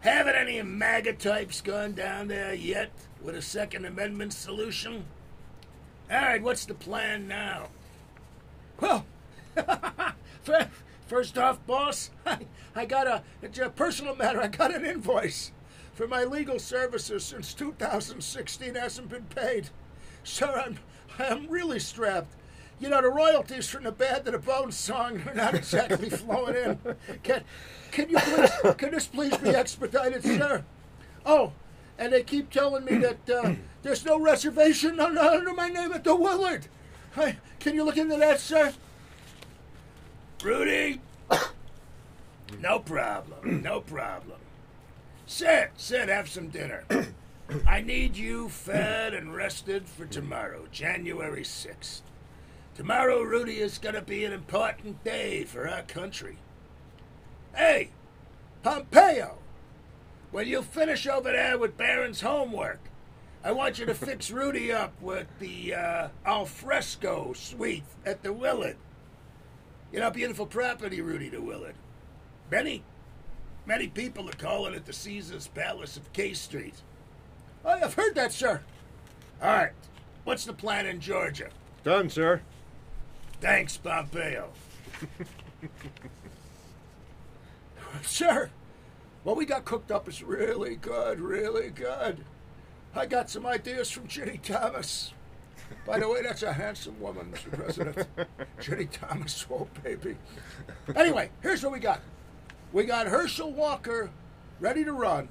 [SPEAKER 1] Haven't any MAGA types gone down there yet with a Second Amendment solution? All right, what's the plan now? Well, *laughs* fir- first off, boss, *laughs* I, I got a, it's a personal matter. I got an invoice for my legal services since 2016 hasn't been paid. Sir, I'm, I'm really strapped. You know, the royalties from the Bad to the Bone song are not exactly flowing in. Can, can you please, can this please be expedited, sir? Oh, and they keep telling me that uh, there's no reservation under, under my name at the Willard. Hey, can you look into that, sir? Rudy, *coughs* no problem, no problem. Sit, sit, have some dinner. *coughs* I need you fed and rested for tomorrow, January 6th. Tomorrow, Rudy, is going to be an important day for our country. Hey, Pompeo, when you finish over there with Barron's homework, I want you to fix Rudy up with the uh, alfresco suite at the Willard. You know, beautiful property, Rudy the Willard. Many, many people are calling it the Caesar's Palace of K Street. I have heard that, sir. All right, what's the plan in Georgia?
[SPEAKER 3] Done, sir.
[SPEAKER 1] Thanks, Pompeo. *laughs* Sir, what we got cooked up is really good, really good. I got some ideas from Ginny Thomas. By the way, that's a handsome woman, Mr. President. Ginny Thomas, oh baby. Anyway, here's what we got. We got Herschel Walker ready to run.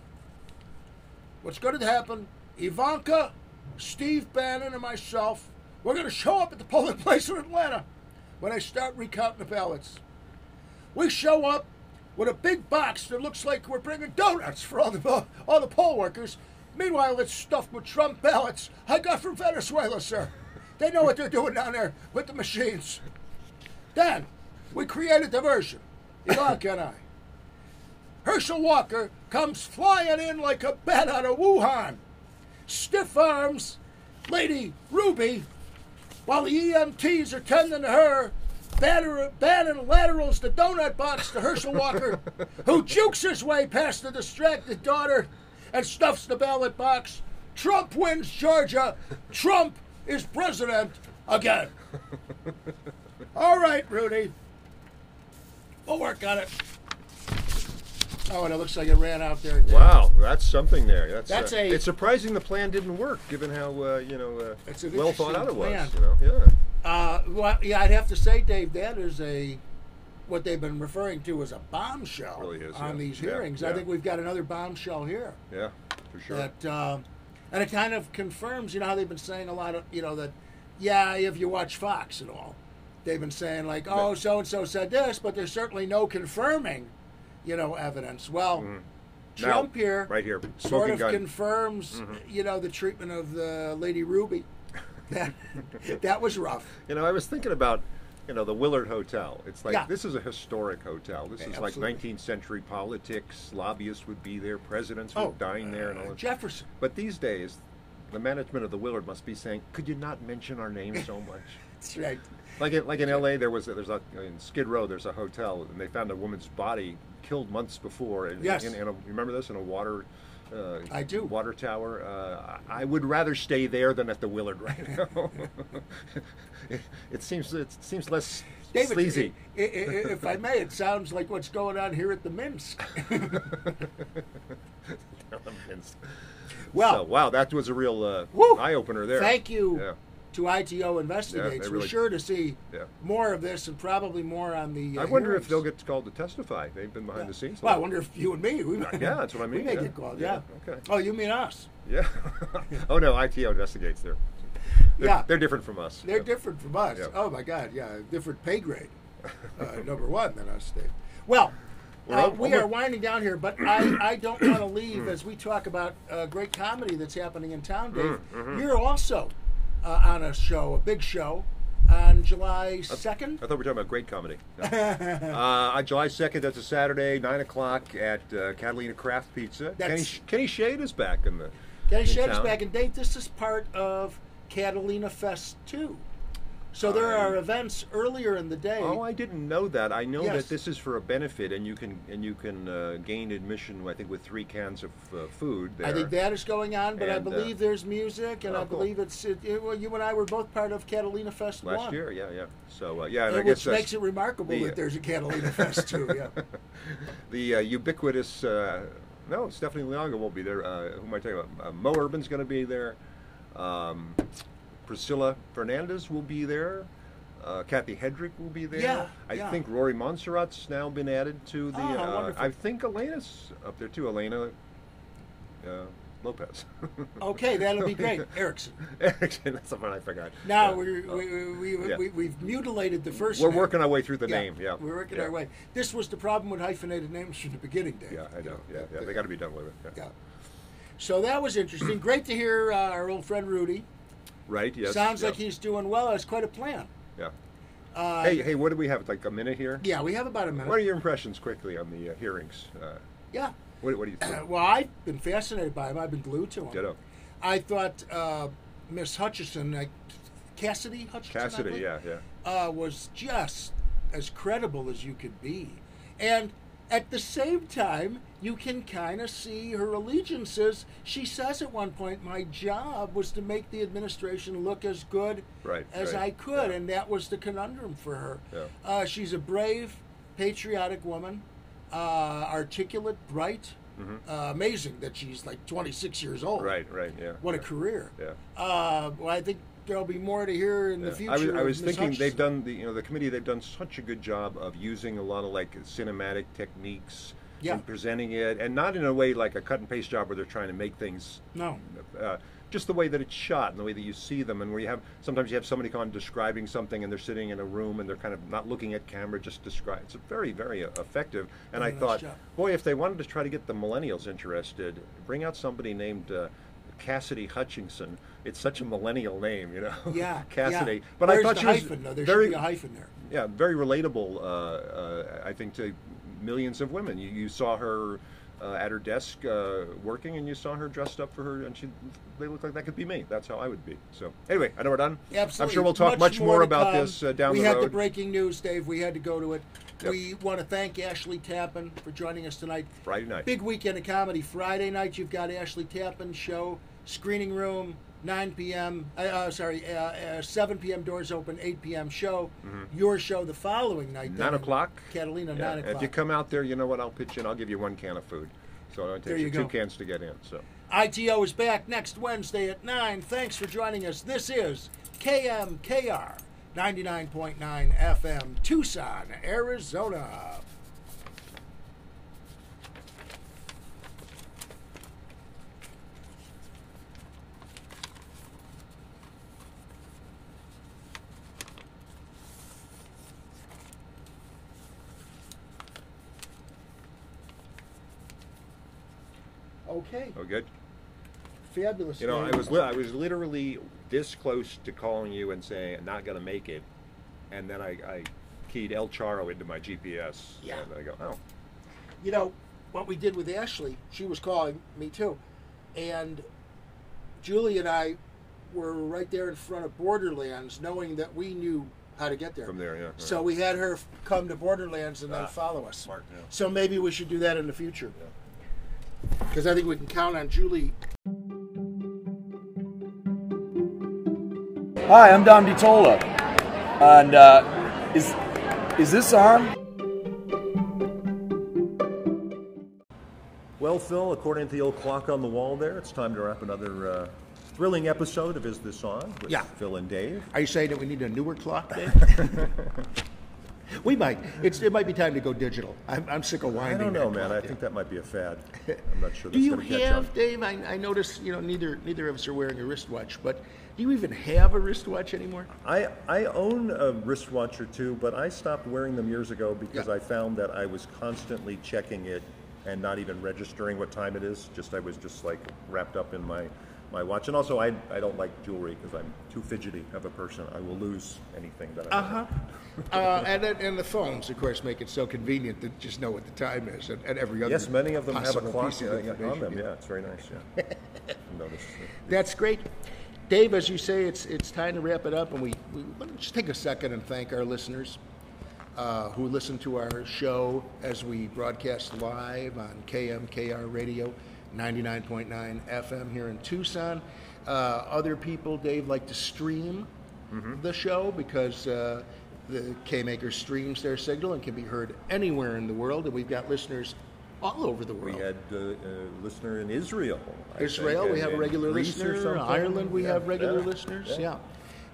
[SPEAKER 1] What's going to happen? Ivanka, Steve Bannon, and myself, we're going to show up at the polling *laughs* place in Atlanta when I start recounting the ballots. We show up with a big box that looks like we're bringing donuts for all the *laughs* all the poll workers. Meanwhile, it's stuffed with Trump ballots I got from Venezuela, sir. They know what they're doing down there with the machines. Then we create a diversion. Ivanka and I. Herschel Walker comes flying in like a bat out of Wuhan. Stiff arms, Lady Ruby, while the EMTs are tending to her, batter, batting laterals the donut box to Herschel Walker, who jukes his way past the distracted daughter and stuffs the ballot box. Trump wins Georgia. Trump is president again. All right, Rudy. We'll work on it. Oh, and it looks like it ran out there.
[SPEAKER 3] Wow, that's something there. That's,
[SPEAKER 1] That's
[SPEAKER 3] uh,
[SPEAKER 1] a-
[SPEAKER 3] It's surprising the plan didn't work, given how uh, you know uh,
[SPEAKER 1] It's an
[SPEAKER 3] well thought out it
[SPEAKER 1] interesting
[SPEAKER 3] was.
[SPEAKER 1] plan.
[SPEAKER 3] You know, yeah.
[SPEAKER 1] Uh, well, yeah, I'd have to say, Dave, that is a what they've been referring to as a bombshell
[SPEAKER 3] Really is,
[SPEAKER 1] on
[SPEAKER 3] yeah.
[SPEAKER 1] these
[SPEAKER 3] Yeah,
[SPEAKER 1] hearings. I
[SPEAKER 3] yeah.
[SPEAKER 1] think we've got another bombshell here
[SPEAKER 3] Yeah, for sure.
[SPEAKER 1] that, um, and it kind of confirms, you know, how they've been saying a lot of, you know, that yeah, if you watch Fox and all, they've been saying like, oh, so and so said this, but there's certainly no confirming, you know, evidence. Well,
[SPEAKER 3] Mm. Now,
[SPEAKER 1] Trump here,
[SPEAKER 3] right here,
[SPEAKER 1] sort
[SPEAKER 3] smoking
[SPEAKER 1] of
[SPEAKER 3] gun. Mm-hmm.
[SPEAKER 1] confirms, you know, the treatment of the Lady
[SPEAKER 3] *laughs*
[SPEAKER 1] Ruby. That that was rough.
[SPEAKER 3] You know, I was thinking about, you know, the Willard Hotel. It's like
[SPEAKER 1] Yeah.
[SPEAKER 3] this is a historic hotel. This is like
[SPEAKER 1] absolutely.
[SPEAKER 3] 19th century politics. Lobbyists would be there. Presidents would
[SPEAKER 1] Oh,
[SPEAKER 3] dine there, and all that.
[SPEAKER 1] Jefferson.
[SPEAKER 3] But these days, the management of the Willard must be saying, "Could you not mention our name so much?"
[SPEAKER 1] That's right.
[SPEAKER 3] like in, like in L.A., there was a, there's a in Skid Row there's a hotel, and they found a woman's body killed months before. In,
[SPEAKER 1] Yes.
[SPEAKER 3] in, in a, remember this in a water. Uh,
[SPEAKER 1] I do.
[SPEAKER 3] Water tower. Uh, I I would rather stay there than at the Willard right now. *laughs* it, it seems it seems less
[SPEAKER 1] David,
[SPEAKER 3] sleazy.
[SPEAKER 1] i- i- i- if I may, it sounds like what's going on here at the Minsk. Well,
[SPEAKER 3] so, wow, that was a real uh,
[SPEAKER 1] Woo!
[SPEAKER 3] eye opener *laughs* there.
[SPEAKER 1] Thank you
[SPEAKER 3] Yeah.
[SPEAKER 1] to ITO Investigates.
[SPEAKER 3] they
[SPEAKER 1] We're
[SPEAKER 3] really-
[SPEAKER 1] sure to see
[SPEAKER 3] Yeah.
[SPEAKER 1] more of this and probably more on the. Uh,
[SPEAKER 3] I wonder
[SPEAKER 1] hearings.
[SPEAKER 3] if they'll get called to testify. They've been behind the scenes. a
[SPEAKER 1] Well, I
[SPEAKER 3] lot.
[SPEAKER 1] wonder if you and me. We, might-
[SPEAKER 3] Yeah, that's what
[SPEAKER 1] *laughs*
[SPEAKER 3] I
[SPEAKER 1] We
[SPEAKER 3] mean,
[SPEAKER 1] may
[SPEAKER 3] yeah.
[SPEAKER 1] get called. Yeah.
[SPEAKER 3] Yeah, okay.
[SPEAKER 1] Oh, you mean us?
[SPEAKER 3] Yeah. *laughs* oh no, ITO investigates. They're, they're
[SPEAKER 1] Yeah.
[SPEAKER 3] they're different from us.
[SPEAKER 1] They're
[SPEAKER 3] Yeah.
[SPEAKER 1] different from us.
[SPEAKER 3] Yeah.
[SPEAKER 1] Oh my God! Yeah, different pay grade.
[SPEAKER 3] *laughs*
[SPEAKER 1] Uh, number one than us, Dave. Well,
[SPEAKER 3] We're
[SPEAKER 1] uh,
[SPEAKER 3] al-
[SPEAKER 1] we
[SPEAKER 3] almost-
[SPEAKER 1] are winding down here, but I, I don't want to
[SPEAKER 3] *coughs*
[SPEAKER 1] leave as we talk about uh, great comedy that's happening in
[SPEAKER 3] Mm,
[SPEAKER 1] town, Dave.
[SPEAKER 3] mm-hmm.
[SPEAKER 1] You're also uh, on a show, a big show, on July second.
[SPEAKER 3] I thought we were talking about great comedy. No. *laughs* uh, on July 2nd, that's a Saturday, 9 o'clock at uh, Catalina Craft Pizza. Kenny,
[SPEAKER 1] That's-
[SPEAKER 3] Sh- Kenny Shade is back in the.
[SPEAKER 1] Kenny
[SPEAKER 3] in
[SPEAKER 1] Shadis
[SPEAKER 3] town.
[SPEAKER 1] back in date. This is part of Catalina Fest two. So there
[SPEAKER 3] I-
[SPEAKER 1] are events earlier in the day.
[SPEAKER 3] Oh, I didn't know that. I know
[SPEAKER 1] Yes.
[SPEAKER 3] that this is for a benefit, and you can and you can uh, gain admission. I think with three cans of uh, food. There.
[SPEAKER 1] I think that is going on, but I
[SPEAKER 3] And, uh,
[SPEAKER 1] believe there's music, and
[SPEAKER 3] oh,
[SPEAKER 1] I
[SPEAKER 3] cool.
[SPEAKER 1] believe it's. It, it- well, you and I were both part of Catalina Fest
[SPEAKER 3] last
[SPEAKER 1] one,
[SPEAKER 3] year. Yeah, yeah. So uh, yeah,
[SPEAKER 1] uh,
[SPEAKER 3] and I guess
[SPEAKER 1] which
[SPEAKER 3] that's
[SPEAKER 1] makes it remarkable
[SPEAKER 3] the-
[SPEAKER 1] that there's a Catalina Fest two.
[SPEAKER 3] *laughs*
[SPEAKER 1] Yeah,
[SPEAKER 3] the uh, ubiquitous. Uh, no, Stephanie Leonga won't be there. Uh, who am I talking about? Uh, Mo Urban's going to be there. Um, Priscilla Fernandez will be there. Uh, Kathy Hedrick will be there.
[SPEAKER 1] Yeah,
[SPEAKER 3] I
[SPEAKER 1] yeah.
[SPEAKER 3] think Rory Montserrat's now been added to the.
[SPEAKER 1] Oh, how
[SPEAKER 3] uh,
[SPEAKER 1] wonderful.
[SPEAKER 3] I think Elena's up there too. Elena uh, Lopez.
[SPEAKER 1] okay, that'll be great, Erickson.
[SPEAKER 3] *laughs* Erickson, that's the one I forgot.
[SPEAKER 1] Now
[SPEAKER 3] Yeah.
[SPEAKER 1] we're,
[SPEAKER 3] Oh.
[SPEAKER 1] we, we, we,
[SPEAKER 3] Yeah.
[SPEAKER 1] we, we've mutilated the first.
[SPEAKER 3] We're
[SPEAKER 1] name.
[SPEAKER 3] working our way through the name. Yeah,
[SPEAKER 1] we're working
[SPEAKER 3] Yeah.
[SPEAKER 1] our way. This was the problem with hyphenated names from the beginning, Dave.
[SPEAKER 3] Yeah, I
[SPEAKER 1] you
[SPEAKER 3] know. Yeah, yeah. They got to be done with it.
[SPEAKER 1] yeah. So that was interesting. great to hear uh, our old friend Rudy.
[SPEAKER 3] Right. Yes.
[SPEAKER 1] Sounds
[SPEAKER 3] yeah.
[SPEAKER 1] like he's doing well. It's quite a plan.
[SPEAKER 3] Yeah.
[SPEAKER 1] Uh,
[SPEAKER 3] hey, hey, what do we have? Like a minute here?
[SPEAKER 1] Yeah, we have about a minute.
[SPEAKER 3] What are your impressions quickly on the uh, hearings? Uh,
[SPEAKER 1] yeah.
[SPEAKER 3] what, what do you think?
[SPEAKER 1] Uh, *coughs* well, I've been fascinated by him. I've been glued to him.
[SPEAKER 3] Ditto.
[SPEAKER 1] I thought uh, Miss Hutchison, uh, Cassidy Hutchison, I
[SPEAKER 3] Cassidy,
[SPEAKER 1] believe,
[SPEAKER 3] yeah, yeah.
[SPEAKER 1] uh, was just as credible as you could be, and At the same time, you can kind of see her allegiances. She says at one point, "My job was to make the administration look as good
[SPEAKER 3] Right,
[SPEAKER 1] as
[SPEAKER 3] right,
[SPEAKER 1] I could,"
[SPEAKER 3] yeah.
[SPEAKER 1] and that was the conundrum for her.
[SPEAKER 3] Yeah.
[SPEAKER 1] Uh, she's a brave, patriotic woman, uh, articulate, bright. Uh, amazing that she's like 26 years old.
[SPEAKER 3] Mm-hmm. Right, right, yeah.
[SPEAKER 1] What a
[SPEAKER 3] yeah.
[SPEAKER 1] career.
[SPEAKER 3] Yeah.
[SPEAKER 1] Uh, well, I think there'll be more to hear in
[SPEAKER 3] Yeah.
[SPEAKER 1] the future.
[SPEAKER 3] I was, I
[SPEAKER 1] of
[SPEAKER 3] was
[SPEAKER 1] Ms.
[SPEAKER 3] thinking they've
[SPEAKER 1] Hutchinson.
[SPEAKER 3] done the you know the committee they've done such a good job of using a lot of like cinematic techniques
[SPEAKER 1] Yeah.
[SPEAKER 3] and presenting it and not in a way like a cut and paste job where they're trying to make things
[SPEAKER 1] No.
[SPEAKER 3] uh, just the way that it's shot and the way that you see them and where you have sometimes you have somebody come on describing something and they're sitting in a room and they're kind of not looking at camera just describe it's very very uh, effective and
[SPEAKER 1] Very
[SPEAKER 3] I
[SPEAKER 1] nice
[SPEAKER 3] thought
[SPEAKER 1] job.
[SPEAKER 3] boy if they wanted to try to get the millennials interested bring out somebody named uh, Cassidy Hutchinson it's such a millennial name you know
[SPEAKER 1] Yeah.
[SPEAKER 3] *laughs* Cassidy
[SPEAKER 1] yeah.
[SPEAKER 3] but
[SPEAKER 1] Where's
[SPEAKER 3] I thought
[SPEAKER 1] the
[SPEAKER 3] she was
[SPEAKER 1] hyphen, though? There
[SPEAKER 3] very
[SPEAKER 1] should be a hyphen there.
[SPEAKER 3] yeah, very relatable. Uh, uh, I think to millions of women. You, you saw her uh, at her desk uh, working, and you saw her dressed up for her, and she they looked like that could be me. That's how I would be. So anyway, I know we're done.
[SPEAKER 1] Absolutely.
[SPEAKER 3] I'm sure we'll talk much, more,
[SPEAKER 1] to
[SPEAKER 3] about
[SPEAKER 1] come.
[SPEAKER 3] this uh, down
[SPEAKER 1] we
[SPEAKER 3] the
[SPEAKER 1] had
[SPEAKER 3] road.
[SPEAKER 1] the breaking news, Dave. We had to go to it.
[SPEAKER 3] Yep.
[SPEAKER 1] We want to thank Ashley Tappan for joining us tonight.
[SPEAKER 3] Friday night.
[SPEAKER 1] Big weekend of comedy. Friday night, you've got Ashley Tappan show, screening room, 9 p.m. Uh, uh, sorry, uh, uh, 7 p.m. doors open, 8 p.m. show. Your show the following night. then
[SPEAKER 3] Mm-hmm. Nine
[SPEAKER 1] in
[SPEAKER 3] o'clock.
[SPEAKER 1] Catalina,
[SPEAKER 3] Yeah,
[SPEAKER 1] 9
[SPEAKER 3] If you
[SPEAKER 1] o'clock.
[SPEAKER 3] come out there, you know what? I'll pitch in. I'll give you one can of food. So it takes
[SPEAKER 1] you
[SPEAKER 3] you two
[SPEAKER 1] go.
[SPEAKER 3] cans to get in. So.
[SPEAKER 1] ITO is back next Wednesday at 9. Thanks for joining us. This is KMKR 99.9 FM, Tucson, Arizona. Okay,
[SPEAKER 3] Oh, good.
[SPEAKER 1] fabulous.
[SPEAKER 3] You know, I
[SPEAKER 1] Dave.
[SPEAKER 3] was li- I was literally this close to calling you and saying I'm not gonna make it, and then I, I keyed El Charo into my GPS.
[SPEAKER 1] Yeah.
[SPEAKER 3] And I go, oh,
[SPEAKER 1] you know what we did with Ashley. She was calling me too, and Julie and I were right there in front of Borderlands, knowing that we knew how to get there.
[SPEAKER 3] From there, yeah,
[SPEAKER 1] So
[SPEAKER 3] right. Ah,
[SPEAKER 1] we had her f- come to Borderlands and then follow us.
[SPEAKER 3] smart, yeah.
[SPEAKER 1] So maybe we should do that in the future. Because I think we can count on Julie.
[SPEAKER 5] Hi, I'm Dom DiTola. And uh, is is this on?
[SPEAKER 3] Well, Phil, according to the old clock on the wall there, it's time to wrap another uh, thrilling episode of Is This On with
[SPEAKER 1] Yeah.
[SPEAKER 3] Phil and Dave.
[SPEAKER 1] Are you saying that we need a newer clock,
[SPEAKER 3] *laughs*
[SPEAKER 1] Dave? we might. It's, it might be time to go digital. I'm, I'm sick of
[SPEAKER 3] I
[SPEAKER 1] winding.
[SPEAKER 3] don't know,
[SPEAKER 1] that
[SPEAKER 3] man.
[SPEAKER 1] clock
[SPEAKER 3] I
[SPEAKER 1] down.
[SPEAKER 3] think that might be
[SPEAKER 1] *laughs*
[SPEAKER 3] a fad. I'm not sure.
[SPEAKER 1] Do
[SPEAKER 3] That's
[SPEAKER 1] you
[SPEAKER 3] gonna catch on.
[SPEAKER 1] have, Dave? I, I notice you know neither neither of us are wearing a wristwatch, but do you even have a wristwatch anymore?
[SPEAKER 3] I, I own a wristwatch or two, but I stopped wearing them years ago because
[SPEAKER 1] Yeah.
[SPEAKER 3] I found that I was constantly checking it and not even registering what time it is. Just I was just like wrapped up in my, my watch. And also, I, I don't like jewelry because I'm too fidgety of a person. I will lose anything that I
[SPEAKER 1] Uh huh.
[SPEAKER 3] *laughs*
[SPEAKER 1] Uh, and it- and the phones, of course, make it so convenient to just know what the time is, and, and every other.
[SPEAKER 3] Yes, many of them have a
[SPEAKER 1] possible
[SPEAKER 3] clock
[SPEAKER 1] piece of
[SPEAKER 3] uh, yeah, on
[SPEAKER 1] information.
[SPEAKER 3] them. Yeah, it's very nice.
[SPEAKER 1] *laughs*
[SPEAKER 3] Yeah, I noticed it.
[SPEAKER 1] That's great. Dave, as you say, it's it's time to wrap it up, and we, we let me just take a second and thank our listeners uh, who listen to our show as we broadcast live on KMKR Radio, 99.9 FM here in Tucson. Uh, other people, Dave, like to stream
[SPEAKER 3] Mm-hmm.
[SPEAKER 1] the show because uh, the K Maker streams their signal and can be heard anywhere in the world, and we've got listeners all over the
[SPEAKER 3] We
[SPEAKER 1] world.
[SPEAKER 3] had uh, a listener in Israel. I
[SPEAKER 1] Israel,
[SPEAKER 3] think,
[SPEAKER 1] we
[SPEAKER 3] and-
[SPEAKER 1] have a
[SPEAKER 3] and
[SPEAKER 1] regular
[SPEAKER 3] Greece or
[SPEAKER 1] listener.
[SPEAKER 3] something.
[SPEAKER 1] Ireland, we
[SPEAKER 3] Yeah,
[SPEAKER 1] have regular
[SPEAKER 3] yeah,
[SPEAKER 1] listeners.
[SPEAKER 3] yeah.
[SPEAKER 1] Yeah.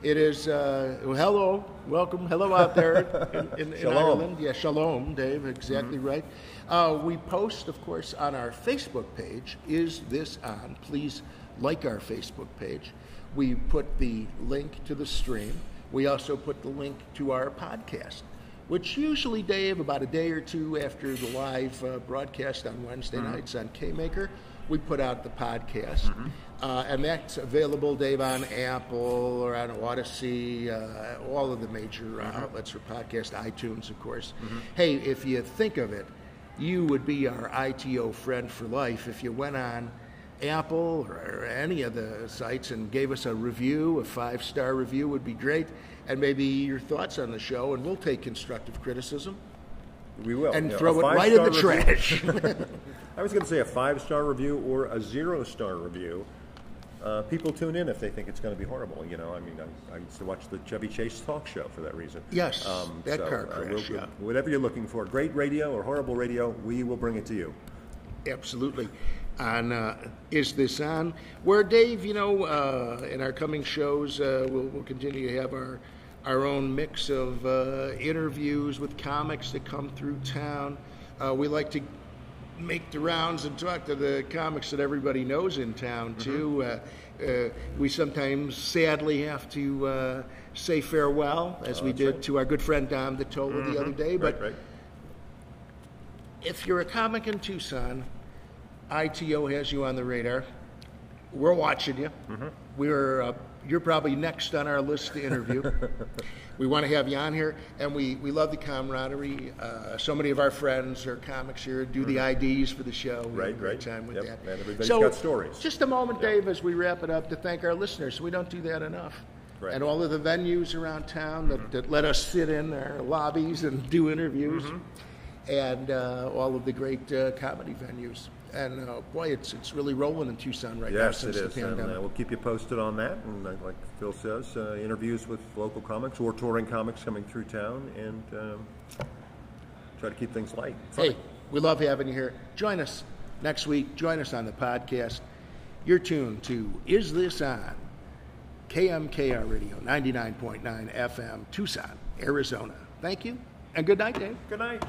[SPEAKER 1] It is, uh, well, hello, welcome, hello out there
[SPEAKER 3] *laughs*
[SPEAKER 1] in, in, in
[SPEAKER 3] Shalom. Mm-hmm.
[SPEAKER 1] Ireland. Yeah, shalom, Dave, exactly right. Uh, we post, of course, on our Facebook page, Is This On? Please like our Facebook page. We put the link to the stream. We also put the link to our podcast, which usually, Dave, about a day or two after the live uh, broadcast on Wednesday
[SPEAKER 3] Mm-hmm.
[SPEAKER 1] nights on KMaker, we put out the podcast. Uh, and that's available, Dave, on Apple or on Odyssey, uh, all of the major uh, outlets for podcast, iTunes, of course. Hey, if you think of it, you would be our ITO friend for life if you went on Apple or any of the sites and gave us a review, a five star review would be great, and maybe your thoughts on the show, and we'll take constructive criticism
[SPEAKER 3] We will.
[SPEAKER 1] and
[SPEAKER 3] yeah.
[SPEAKER 1] throw
[SPEAKER 3] A
[SPEAKER 1] it right in the
[SPEAKER 3] five-star review-
[SPEAKER 1] trash.
[SPEAKER 3] *laughs* I was going to say a five star review or a zero star review. Uh, people tune in if they think it's going to be horrible. You know, I mean, I, I used to watch the Chevy Chase talk show for that reason. Um, uh,
[SPEAKER 1] Yes, that car crash,
[SPEAKER 3] we'll-
[SPEAKER 1] yeah.
[SPEAKER 3] Whatever you're looking for, great radio or horrible radio, we will bring it to you.
[SPEAKER 1] Absolutely. On uh, Is This On? Where, Dave, you know, uh, in our coming shows, uh, we'll, we'll continue to have our, our own mix of uh, interviews with comics that come through town. Uh, we like to make the rounds and talk to the comics that everybody knows in
[SPEAKER 3] Mm-hmm.
[SPEAKER 1] town, too. Uh, uh, we sometimes sadly have to uh, say farewell, as
[SPEAKER 3] Oh,
[SPEAKER 1] we did to our good friend Dom DeTola the other day. But
[SPEAKER 3] Mm-hmm. Right, right.
[SPEAKER 1] if you're a comic in Tucson, ITO has you on the radar. We're watching you.
[SPEAKER 3] Mm-hmm.
[SPEAKER 1] We're uh, you're probably next on our list to
[SPEAKER 3] *laughs*
[SPEAKER 1] interview. we want to have you on here, and we, we love the camaraderie. Uh, so many of our friends are comics here. Do the IDs for the show. We
[SPEAKER 3] Mm-hmm. Right,
[SPEAKER 1] have a great
[SPEAKER 3] right.
[SPEAKER 1] Time with
[SPEAKER 3] Yep,
[SPEAKER 1] that.
[SPEAKER 3] and everybody's
[SPEAKER 1] so,
[SPEAKER 3] got stories.
[SPEAKER 1] Just a moment, Dave, as we wrap it up, to thank our listeners. We don't do that enough.
[SPEAKER 3] Right. Mm-hmm.
[SPEAKER 1] And all of the venues around town that, that let us sit in their lobbies and do interviews
[SPEAKER 3] Mm-hmm.
[SPEAKER 1] and uh, all of the great uh, comedy venues. And uh, boy, it's it's really rolling in Tucson right now
[SPEAKER 3] Yes, it
[SPEAKER 1] since
[SPEAKER 3] is.
[SPEAKER 1] the
[SPEAKER 3] And
[SPEAKER 1] pandemic.
[SPEAKER 3] uh, we'll keep you posted on that. And like, like Phil says, uh, interviews with local comics or touring comics coming through town and um, try to keep things light. Fun.
[SPEAKER 1] hey, we love having you here. Join us next week. Join us on the podcast. You're tuned to Is This On? KMKR Radio, 99.9 FM, Tucson, Arizona. Thank you, and good night, Dave.
[SPEAKER 3] Good night.